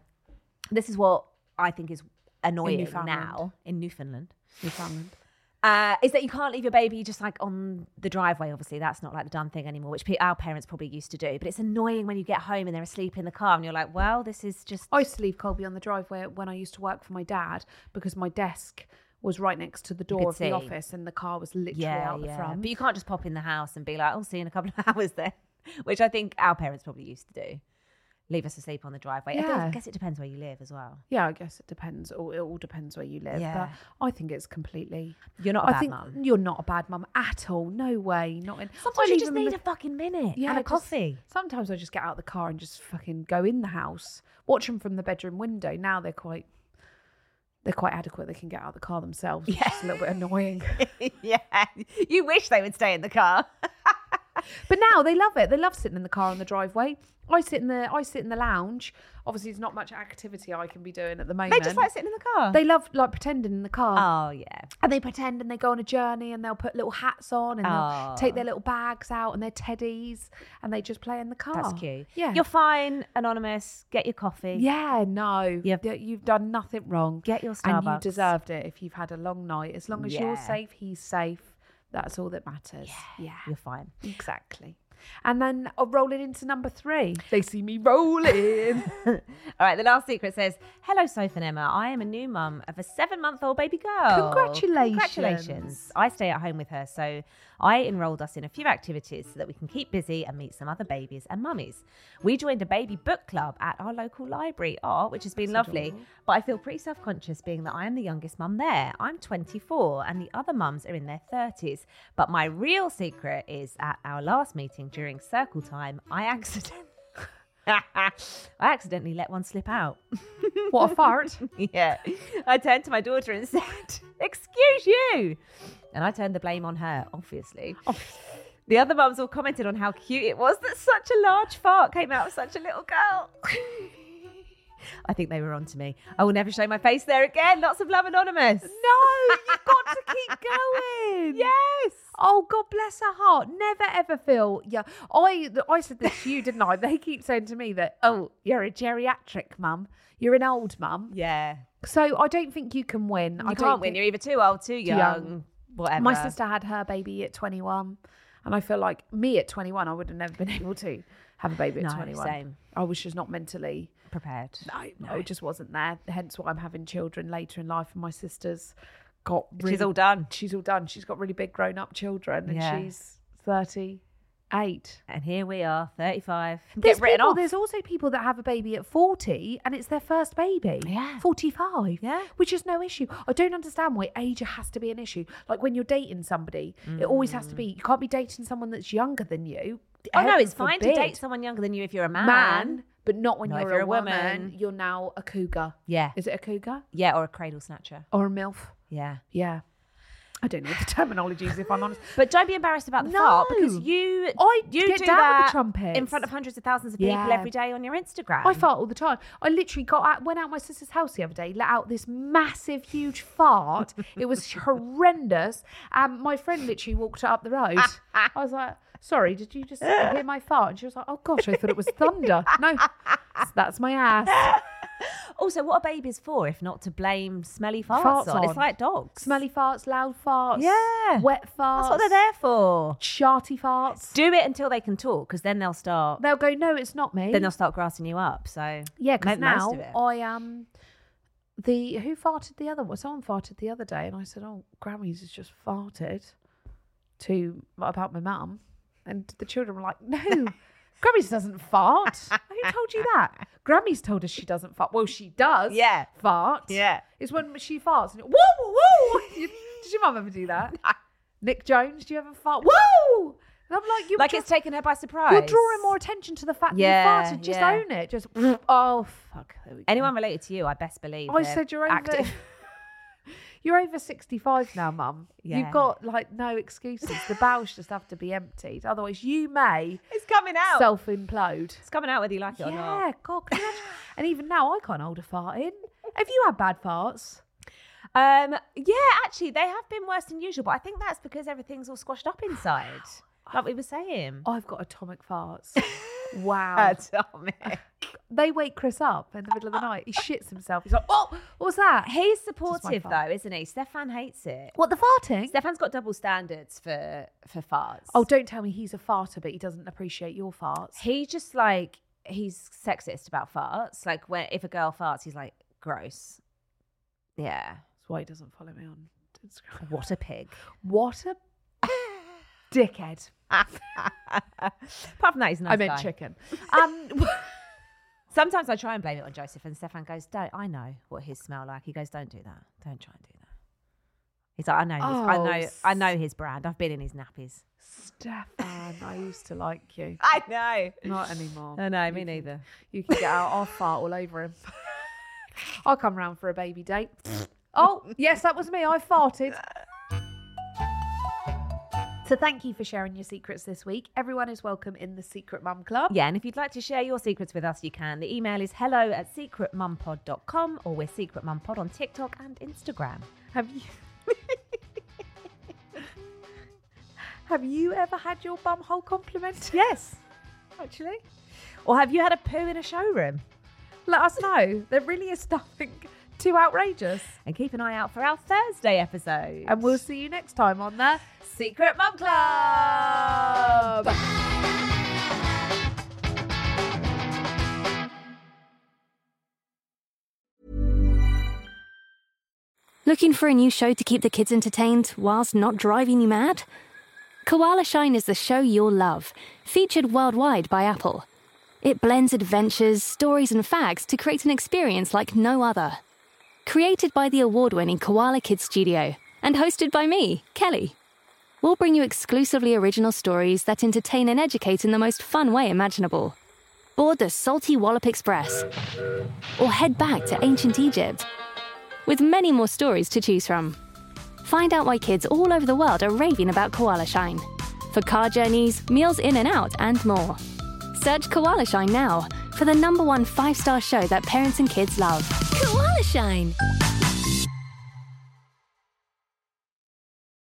Speaker 5: This is what I think is annoying
Speaker 7: Newfoundland.
Speaker 5: now in Newfoundland.
Speaker 7: Newfoundland.
Speaker 5: Uh, is that you can't leave your baby just like on the driveway. Obviously, that's not like the done thing anymore, which pe- our parents probably used to do. But it's annoying when you get home and they're asleep in the car, and you're like, "Well, this is just."
Speaker 7: I used to leave Colby on the driveway when I used to work for my dad because my desk was right next to the door
Speaker 5: could
Speaker 7: of
Speaker 5: see.
Speaker 7: the office and the car was literally out the front.
Speaker 5: But you can't just pop in the house and be like, "I'll see you in a couple of hours then," which I think our parents probably used to do. Leave us asleep on the driveway. I guess- I
Speaker 7: Yeah.
Speaker 5: guess it depends where you live as well.
Speaker 7: yeah, I guess it depends. All, it all depends where you live.
Speaker 5: Yeah.
Speaker 7: But I think it's completely.
Speaker 5: You're not a
Speaker 7: I
Speaker 5: bad
Speaker 7: think
Speaker 5: mum.
Speaker 7: you're not a bad mum at all. No way. Not in.
Speaker 5: Sometimes
Speaker 7: I'll
Speaker 5: you just
Speaker 7: even
Speaker 5: need a
Speaker 7: look-
Speaker 5: fucking minute
Speaker 7: Yeah,
Speaker 5: and a
Speaker 7: just-
Speaker 5: coffee.
Speaker 7: Sometimes I just get out of the car and just fucking go in the house, watch them from the bedroom window. Now they're quite, they're quite adequate. They can get out of the car themselves. Which is a little bit annoying.
Speaker 5: yeah, you wish they would stay in the car.
Speaker 7: But now they love it. They love sitting in the car on the driveway. I sit in the I sit in the lounge. Obviously, there's not much activity I can be doing at the moment.
Speaker 5: They just like sitting in the car.
Speaker 7: They love like pretending in the car,
Speaker 5: oh yeah,
Speaker 7: and they pretend and they go on a journey and they'll put little hats on and
Speaker 5: Oh.
Speaker 7: they'll take their little bags out and their teddies and they just play in the car.
Speaker 5: that's cute.
Speaker 7: Oh, Yeah.
Speaker 5: you're fine, anonymous. Get your coffee.
Speaker 7: yeah, no,
Speaker 5: Yep.
Speaker 7: y- you've done nothing wrong.
Speaker 5: Get your
Speaker 7: and you
Speaker 5: Starbucks.
Speaker 7: deserved it if you've had a long night. As long as you're
Speaker 5: Yeah.
Speaker 7: safe, he's safe. That's all that matters. Yeah,
Speaker 5: you're fine.
Speaker 7: exactly. And then uh, rolling into number three, they see me rolling.
Speaker 5: All right, the last secret says, "Hello, Sophie and Emma. I am a new mum of a seven-month-old baby girl.
Speaker 7: Congratulations.
Speaker 5: Congratulations! I stay at home with her, so I enrolled us in a few activities so that we can keep busy and meet some other babies and mummies. We joined a baby book club at our local library, oh, which has been lovely. But I feel pretty self-conscious being that I am the youngest mum there. I'm 24, and the other mums are in their 30s. But my real secret is at our last meeting during circle time, I accidentally." I accidentally let one slip out.
Speaker 7: What a fart.
Speaker 5: yeah. I turned to my daughter and said, Excuse you. And I turned the blame on her, obviously.
Speaker 7: Oh.
Speaker 5: The other mums all commented on how cute it was that such a large fart came out of such a little girl. I think they were onto me. I will never show my face there again. Lots of love, Anonymous.
Speaker 7: No, you've got to keep going.
Speaker 5: Yes.
Speaker 7: Oh God bless her heart. Never ever feel yeah. I I said this to you, didn't I? They keep saying to me that oh, you're a geriatric mum, you're an old mum.
Speaker 5: Yeah.
Speaker 7: So I don't think you can win.
Speaker 5: You
Speaker 7: I don't
Speaker 5: can't win. You're
Speaker 7: think-
Speaker 5: either too old, too young,
Speaker 7: young.
Speaker 5: whatever.
Speaker 7: My sister had her baby at 21, and I feel like me at 21, I would have never been able to have a baby at
Speaker 5: No,
Speaker 7: 21.
Speaker 5: same.
Speaker 7: I was just not mentally.
Speaker 5: prepared.
Speaker 7: I, no, it just wasn't there. Hence why I'm having children later in life, and my sister's got. Really,
Speaker 5: She's all done.
Speaker 7: She's all done. She's got really big grown-up children, and
Speaker 5: Yeah.
Speaker 7: she's thirty-eight.
Speaker 5: And here we are, 35.
Speaker 7: There's
Speaker 5: Get written
Speaker 7: people,
Speaker 5: off.
Speaker 7: There's also people that have a baby at forty, and it's their first baby.
Speaker 5: Yeah.
Speaker 7: forty-five.
Speaker 5: Yeah.
Speaker 7: which is no issue. I don't understand why age has to be an issue. Like when you're dating somebody, it always has to be. You can't be dating someone that's younger than you.
Speaker 5: Mm. Oh no,
Speaker 7: Heaven
Speaker 5: it's fine to
Speaker 7: forbid.
Speaker 5: date someone younger than you if you're a man.
Speaker 7: man, but not when
Speaker 5: Not if
Speaker 7: you're,
Speaker 5: you're
Speaker 7: a,
Speaker 5: a
Speaker 7: woman.
Speaker 5: woman.
Speaker 7: You're now a cougar.
Speaker 5: Yeah.
Speaker 7: Is it a cougar
Speaker 5: Yeah, or a cradle snatcher.
Speaker 7: or a milf?
Speaker 5: Yeah.
Speaker 7: Yeah. I don't know the terminologies if I'm honest.
Speaker 5: But don't be embarrassed about the fart because
Speaker 7: No.
Speaker 5: you
Speaker 7: I
Speaker 5: you
Speaker 7: get
Speaker 5: do
Speaker 7: down with the
Speaker 5: that
Speaker 7: trumpets.
Speaker 5: in front of hundreds of thousands of people
Speaker 7: Yeah.
Speaker 5: every day on your Instagram.
Speaker 7: I fart all the time. I literally got out, went out my sister's house the other day, let out this massive, huge fart. it was horrendous. And my friend literally walked up the road. I was like, sorry, did you just hear my fart? And she was like, oh gosh, I thought it was thunder. no, that's my ass.
Speaker 5: Also, what are babies for if not to blame smelly farts,
Speaker 7: Farts
Speaker 5: on? It's
Speaker 7: on.
Speaker 5: like dogs.
Speaker 7: Smelly farts, loud farts,
Speaker 5: Yeah.
Speaker 7: wet farts.
Speaker 5: That's what they're there for.
Speaker 7: Sharty farts.
Speaker 5: Do it until they can talk because then they'll start.
Speaker 7: They'll go, no, it's not me.
Speaker 5: Then they'll start grassing you up. So
Speaker 7: Yeah,
Speaker 5: make
Speaker 7: because
Speaker 5: the most
Speaker 7: now
Speaker 5: of it.
Speaker 7: I am the who farted the other one. Someone farted the other day, and I said, "Oh, Grammys has just farted to about my mum," and the children were like, "No." Grammys doesn't fart. Who told you that? Grammys told us she doesn't fart. Well, she does.
Speaker 5: Yeah.
Speaker 7: Fart.
Speaker 5: Yeah.
Speaker 7: It's when she farts. And, woo, woo, woo. Did your mum ever do that? Nick Jones, do you ever fart? Woo! And I'm like, you
Speaker 5: like
Speaker 7: just-
Speaker 5: it's taken her by surprise.
Speaker 7: you're drawing more attention to the fact
Speaker 5: Yeah,
Speaker 7: that you farted. Just
Speaker 5: yeah.
Speaker 7: own it. Just oh fuck. There we go.
Speaker 5: Anyone related to you, I best believe.
Speaker 7: I
Speaker 5: they're
Speaker 7: said you're over.
Speaker 5: active.
Speaker 7: You're over sixty-five now, Mum.
Speaker 5: Yeah.
Speaker 7: You've got like no excuses. The bowels just have to be emptied, otherwise you may
Speaker 5: It's coming out.
Speaker 7: self-implode.
Speaker 5: it's coming out whether you like it or not.
Speaker 7: Yeah, God. Can you imagine? and even now, I can't hold a fart in. Have you had bad farts?
Speaker 5: Um, yeah, actually, they have been worse than usual, but I think that's
Speaker 7: Oh,
Speaker 5: because everything's all squashed up inside, like we were saying.
Speaker 7: I've got atomic farts. Wow.
Speaker 5: Atomic.
Speaker 7: they wake Chris up in the middle of the night. He shits himself. He's like, "What? What was that?"
Speaker 5: He's
Speaker 7: Just
Speaker 5: supportive
Speaker 7: one fart.
Speaker 5: though, isn't he? Stefan hates it.
Speaker 7: What the farting?
Speaker 5: Stefan's got double standards for for farts.
Speaker 7: Oh, don't tell me he's a farter, but he doesn't appreciate your farts.
Speaker 5: he just like he's sexist about farts. Like when if a girl farts, he's like gross. Yeah.
Speaker 7: That's why he doesn't follow me on Instagram.
Speaker 5: What a pig.
Speaker 7: What a dickhead!
Speaker 5: Apart from that, he's a nice.
Speaker 7: I meant
Speaker 5: guy.
Speaker 7: chicken. Um,
Speaker 5: Sometimes I try and blame it on Joseph, and Stefan goes, "Don't." I know what his smell like. He goes, "Don't do that. Don't try and do that." He's like, "I know. His, I
Speaker 7: Oh,
Speaker 5: know.
Speaker 7: s-
Speaker 5: I know his brand. I've been in his nappies."
Speaker 7: Stefan, I used to like you.
Speaker 5: I know.
Speaker 7: Not anymore.
Speaker 5: I know. Me
Speaker 7: You can-
Speaker 5: neither.
Speaker 7: You can get out. I'll fart all over him. I'll come round for a baby date. oh, yes, that was me. I farted. So thank you for sharing your secrets this week. Everyone is welcome in the Secret Mum Club.
Speaker 5: Yeah, and if you'd like to share your secrets with us, you can. The email is hello at secretmumpod.com or we're Secret Mum Pod on TikTok and Instagram.
Speaker 7: Have you Have you ever had your bum hole complimented?
Speaker 5: Yes, actually. Or have you had a poo in a showroom?
Speaker 7: Let us know. There really is nothing too outrageous.
Speaker 5: And keep an eye out for our Thursday episode.
Speaker 7: And we'll see you next time on the
Speaker 5: Secret Mum Club!
Speaker 8: Looking for a new show to keep the kids entertained whilst not driving you mad? Koala Shine is the show you'll love, featured worldwide by Apple. It blends adventures, stories, and facts to create an experience like no other. Created by the award winning Koala Kids Studio and hosted by me, Kelly. We'll bring you exclusively original stories that entertain and educate in the most fun way imaginable. Board the Salty Wallop Express or head back to ancient Egypt with many more stories to choose from. Find out why kids all over the world are raving about Koala Shine for car journeys, meals in and out, and more. Search Koala Shine now for the number one five star show that parents and kids love. Koala Shine!